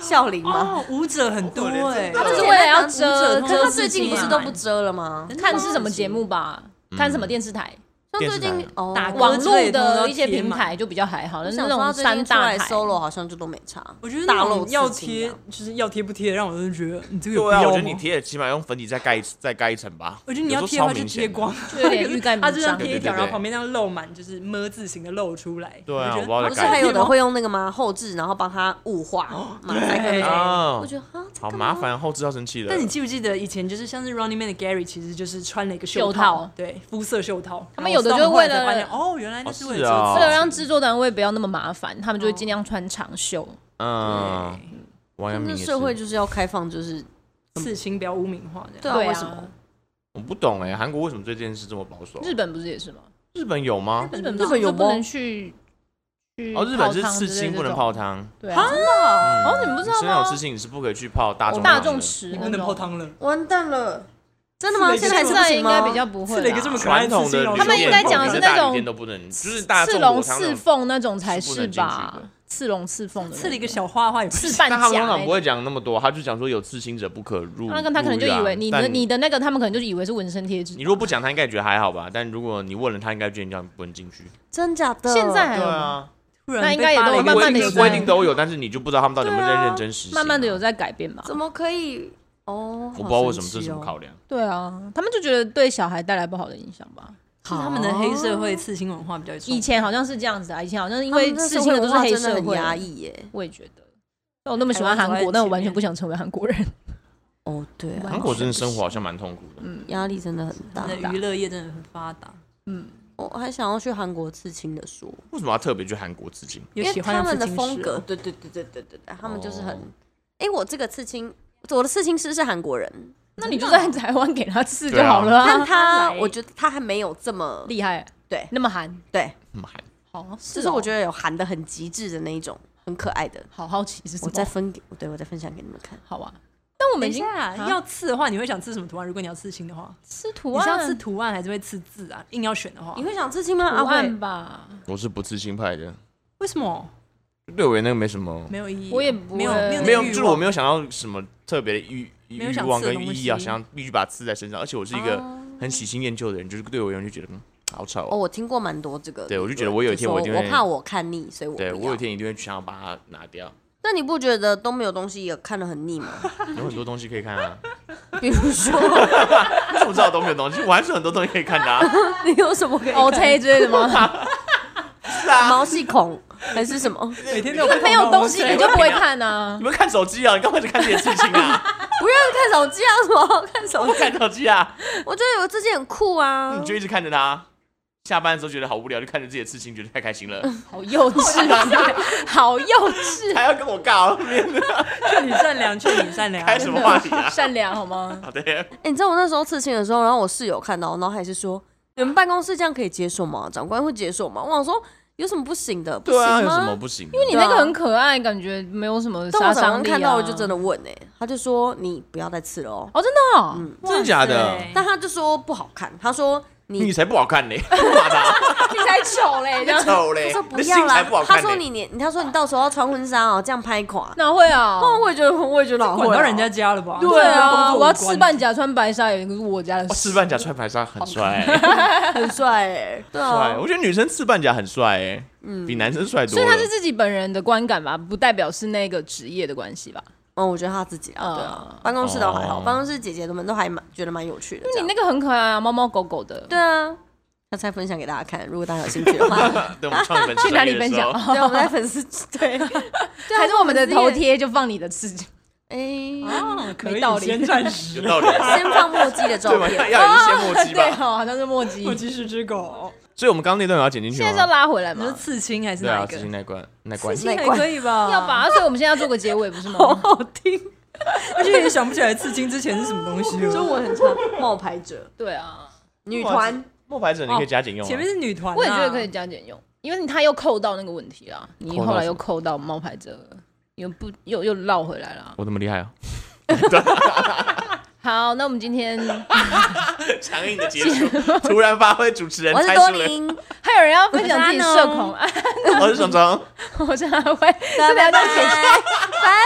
S2: 笑龄吗？
S4: 哦，舞者很多哎、
S1: 他
S3: 就
S1: 之
S3: 是
S1: 前
S3: 为了要
S2: 可
S3: 遮
S2: 是
S3: 遮
S2: 他
S3: 自
S2: 最近
S3: 己
S2: 不
S3: 嘛
S2: 是都不遮了吗？
S1: 嗯
S3: 看是什么节目吧，看什么电视台，
S2: 像
S1: 电
S2: 最
S1: 视台
S2: 近哦，
S4: 打
S2: 网
S3: 网
S4: 歌之
S3: 络
S4: 类的东西
S3: 的
S4: 要
S3: 一些
S4: 贴
S3: 平
S4: 嘛
S3: 台就比较还好，
S2: 我
S3: 那
S2: 想
S3: 种
S2: 说他最
S3: 三
S2: 近出来
S3: 大台
S2: solo 好像就都没差。
S4: 我觉得
S2: 大
S4: 那
S2: 漏
S4: 种
S2: 刺
S4: 要
S2: 青一
S4: 贴
S2: 样，
S4: 就是要贴不贴，让我真的觉得你这个有
S1: 对
S4: 必
S1: 啊，
S4: 要
S1: 我
S4: 吗？
S1: 觉得你贴，起码用粉底再盖一再盖一层吧。
S4: 我觉得你
S1: 有
S4: 要
S1: 时候
S4: 贴
S1: 超
S4: 的话就
S1: 明显
S4: 贴
S1: 的
S4: 光，
S3: 就有点欲 盖弥
S4: 它就这样
S3: 彰。
S4: 贴
S1: 对
S4: 一
S1: 对
S4: 条，
S1: 对
S4: 然后旁边这样露满，就是么字形的露出来。
S1: 对啊
S4: 我觉
S1: 我
S4: 得
S1: 不知道在干嘛
S2: 不是还有的会用那个吗？后置，然后帮他雾化马赛克那种。
S1: 啊
S2: 我，觉得啊，这
S1: 好
S2: 干
S1: 麻
S2: 嘛。
S1: 烦，后置要生气了。
S4: 但你记不记得以前就是像是 Running Man 的 Gary，其实就是穿了一个
S3: 袖
S4: 套，
S3: 套
S4: 对，肤色袖套。
S3: 他们
S4: 然后
S3: 有的
S4: 我
S3: 就
S4: 后来
S3: 为
S4: 才
S3: 了
S4: 发现哦，原来那
S1: 哦
S4: 是为
S1: 是
S4: 了
S1: 啊
S4: 遮
S3: 为了
S4: 遮
S3: 让制作单位不要那么麻烦，他们就会尽量穿长袖。
S1: 嗯，
S4: 对
S1: 王阳明
S2: 那
S1: 也是
S2: 社会就是要开放，就是
S4: 刺青不要污名化这
S2: 对啊，
S4: 样。
S3: 对啊
S2: 为什么？
S1: 我不懂哎，韩国为什么对这件事这么保守？
S3: 日本不是也是吗？
S1: 日本有吗？
S3: 日本
S2: 日本有
S3: 就不能
S2: 吗
S3: 去去
S1: 哦，日本
S3: 泡
S1: 是
S3: 汤
S1: 刺
S3: 之类
S1: 青
S3: 这
S1: 不能
S3: 种
S1: 泡汤。
S3: 对啊，
S1: 嗯
S3: 哦你们不知道
S1: 身上有
S3: 吗
S1: 刺青你是不可以去泡大众
S3: 大
S1: 汤的
S3: 众池
S4: 你
S3: 那
S4: 不
S3: 种
S4: 能泡，汤了，
S2: 完蛋了，真的吗？
S4: 现
S2: 现在
S4: 在
S2: 还
S4: 还
S2: 是
S4: 是不
S3: 现在
S2: 行
S3: 应该
S2: 吗？
S3: 比较不会
S4: 刺了一个这么
S3: 啦。
S4: 可爱
S1: 传
S4: 的
S1: 统
S4: 刺青，
S1: 的
S4: 然后
S1: 旅
S3: 他们
S1: 店
S3: 应该讲
S1: 或者
S3: 的
S1: 大
S3: 那
S1: 旅
S3: 种
S1: 店都不能，就是大
S3: 刺
S1: 众
S3: 龙
S1: 裸汤那
S3: 刺
S1: 种
S3: 凤那种才
S1: 是不能
S3: 是
S1: 进去
S3: 吧
S1: 的？
S3: 刺龙刺凤的那
S4: 刺了一个小花花也不
S3: 刺
S4: 是。
S3: 半甲
S1: 但他们通
S3: 那
S1: 常不
S3: 种。
S1: 会讲那么多，他就讲说有刺青者不可入。
S3: 欸他跟他可能就
S1: 入狱
S3: 以
S1: 啊
S3: 为你的
S1: 但
S3: 你的那个，他们可能就以为是纹身贴纸
S1: 你。如果不讲，他应该也觉得还好吧？但如果你问了，他应该觉得你这样不能进去。
S2: 真假的？
S3: 现在还
S1: 对
S3: 有吗
S1: 啊，
S4: 突然
S3: 那应
S4: 被
S3: 该也
S4: 发了
S3: 都
S4: 一个
S3: 慢慢地
S4: 禁
S3: 有
S4: 止
S1: 规
S3: 在
S1: 定都有，但是你就不知道他们到底有没有认认真实行啊。
S3: 慢慢的有在改变吧？
S2: 怎么可以？哦，
S1: 我不知道为什么这是什么
S2: 好
S1: 考量。
S3: 对啊，他们就觉得对小孩带来不好的影响吧。
S4: 是他们的黑社会刺青文化比较重。
S3: 哦以前好像是这样子啊，以前好像因
S2: 神奇哦，
S3: 为事情的都是黑社
S2: 他们那社会文化真的
S3: 会
S2: 很压，抑耶。
S3: 我也觉得。但我那么喜欢韩
S4: 台湾走在
S3: 国，但我
S4: 前
S3: 完全
S4: 面
S3: 不想成为韩国人。
S2: 哦，对啊，
S1: 韩国真的生活好像蛮痛苦的。
S3: 嗯
S2: 压力真的很
S4: 他
S2: 大。
S4: 们的娱乐业真的很发达，
S2: 我还想要去韩国刺青的说，
S1: 为什么要特别去韩国刺青？
S4: 有
S2: 因为
S4: 喜欢
S2: 他们
S4: 刺
S2: 的
S4: 青
S2: 风
S4: 师
S2: 格，
S4: 哦
S2: 对对对对对对对，他们就是很
S1: 哦。
S2: 哎，我这个刺青，我的刺青师是韩国人，
S3: 那你就在台湾给他刺
S1: 对
S3: 就
S1: 啊
S3: 好了
S2: 但他
S3: 啊，
S4: 他来
S2: 我觉得他还没有这么
S3: 厉害，欸
S2: 对
S3: 那么韩，
S2: 对，
S1: 妈呀
S3: 好，
S2: 就是是
S3: 哦
S2: 我觉得有含的很极致的那一种，很可爱的。
S3: 好好奇是什
S2: 我
S3: 么
S2: 再分给，对我再分享给你们看。
S3: 好啊。啊但我们
S4: 等
S3: 已
S4: 一
S3: 经
S4: 下，啊要刺的话，你会想刺什么图案？如果你要刺青的话，
S3: 吃图
S4: 你是要刺
S3: 案，啊
S4: 图案还是会刺字啊？硬要选的话，
S2: 你会想刺青吗？啊阿
S3: 图
S2: 慧
S3: 案， 吧。
S1: 我是不刺青派的，
S4: 为什么
S1: 对我那个没什么，
S4: 没有意义？啊
S3: 我也不
S4: 没有
S3: 会
S4: 有
S1: 没有，
S4: 欲
S1: 就是
S4: 望
S1: 我没有想到什么特别的欲
S4: 没有
S1: 欲
S4: 想
S1: 望
S4: 刺的
S1: 跟
S4: 东
S1: 意义啊，
S4: 西
S1: 想要必须把它刺在身上。而且我是一个
S3: 哦
S1: 很喜新厌旧的人，就是对我永远就觉得嗯好丑
S2: 哦，
S1: 哦。
S2: 我听过蛮多这个。
S1: 对我就觉得我有一天
S2: 就
S1: 我
S2: 说
S1: 一定
S2: 我
S1: 会
S2: 怕我看腻，所以我
S1: 对
S2: 不
S1: 我有一
S2: 要。
S1: 天一定会想要把它拿掉。
S2: 那你不觉得都没有东西也看得很腻吗？
S1: 有很多东西可以看啊，
S2: 比如 说，
S1: 你怎么知道都没有东西？我还是有很多东西可以看的、啊。
S2: 你有什么可以看
S3: OK 之类的吗？
S1: 啊
S2: 毛细孔还是 什么？
S4: 每 天都有不同的
S3: 没有东西
S4: 我
S3: 你
S4: 们
S3: 就不 会看啊
S1: 你。们看手机啊？你干嘛去看这些事情啊？
S2: 不愿意看手机啊？什么好看手
S1: 我
S2: 机？
S1: 看手机啊，
S2: 我觉得有这件很酷啊
S1: 你。就一直看着它。下班的时候觉得好无聊，就看着这些事情，觉得太开心了，
S3: 好幼稚，啊好幼 稚，
S1: 还要跟我尬，
S4: 劝你善良，劝你善良。
S1: 开什么话题 啊？
S3: 善良好吗？
S1: 好的，
S2: 哎，你知道我那时候刺青的时候，然后我室友看到，然后还是说：“你们办公室这样可以接受吗？长官会接受吗？”我想说有什么不行的？不行吗？
S1: 有什么不行？因为
S3: 你那个很可爱，感觉没有什么
S2: 但我
S3: 杀
S2: 早
S3: 伤
S2: 上
S3: 力啊。
S2: 看到我就真的问哎、他就说你不要再吃了哦，
S3: 哦，真的哦，
S1: 真的假的
S4: 哇塞
S2: 但他就说不好看，他说
S1: 你
S2: 你
S1: 才不好看呢，妈的，
S3: 你才丑嘞， 这样
S1: 丑嘞
S2: 他说，
S1: 你
S2: 不欸
S1: 的
S2: 要
S1: 心
S2: 啦
S1: 才不好，
S2: 他
S1: 看
S2: 说
S1: 呢。
S2: 你连他说你到时候要穿婚纱哦，这样拍垮。
S3: 哪会啊？
S2: 那我也觉得我也觉得哪会啊
S4: 管到人家家了吧？
S3: 对啊，我要
S4: 吃
S3: 吃半甲穿白纱，也是我家的
S1: 哇，
S3: 事
S1: 刺。半甲穿白纱很帅，
S2: 很帅哎，对
S1: 帅，
S2: 啊，
S1: 我觉得女生刺半甲很帅哎，比男生帅多
S3: 所以
S1: 了
S3: 他。是自己本人的观感吧，不代表是那个职业的关系吧。
S2: 嗯，我觉得他自己啊，对啊，办公室倒还好，
S1: 哦
S2: 办公室姐姐们都还蛮觉得蛮有趣的这样，
S3: 你那个很可爱啊，猫猫狗狗的。
S2: 对啊。那再分享给大家看，如果大家有兴趣的话，
S1: 对，我们创粉
S3: 去哪里分享？
S2: 对，我们在粉丝对，对 啊
S3: 还是我们的头贴就放你的刺青？
S2: 哎，
S4: 啊，可
S3: 没
S4: 以
S3: 道理
S4: 先暂
S1: 有。
S4: 时
S1: 道 理，
S2: 先放墨迹的照
S1: 对嘛？
S2: 片，
S1: 要有一些默契
S3: 对
S1: 吧。
S3: 哦，好像是墨迹。
S4: 我即是 只狗，
S1: 所以我们刚刚那段有要剪进去
S3: 现在是要
S1: 吗？
S3: 拉回来
S4: 你是
S3: 吗？
S4: 刺青还是
S1: 对
S4: 哪
S1: 啊，
S4: 一个
S1: 刺？青那关那关
S4: 刺，青
S2: 那
S4: 还
S2: 一关
S4: 可以吧？
S3: 要吧，所以我们现在要做个结尾，不是吗？
S2: 好听。
S4: 而且也想不起来刺青之前是什么东 西了。
S2: 中文很差，冒牌者、
S3: 对啊，
S2: 女团，
S1: 冒牌者你可以加减用啊。
S4: 前面是女团啊，
S3: 我也觉得可以加减用，因为他又扣到那个问题啦，你后来又扣到冒牌者了，又不又又绕回来了。
S1: 我那么厉害啊！
S3: 好，那我们今天
S1: 强硬的结束， 突然发挥主持人
S2: 我是
S1: 猜
S2: 多
S1: 出了，
S2: 林，
S3: 还有人要分享自己社恐，啊，
S1: 我是爽爽。
S3: 我真的会，
S2: 拜
S3: 真的要
S2: 拜
S3: 这样解释。
S2: 拜拜。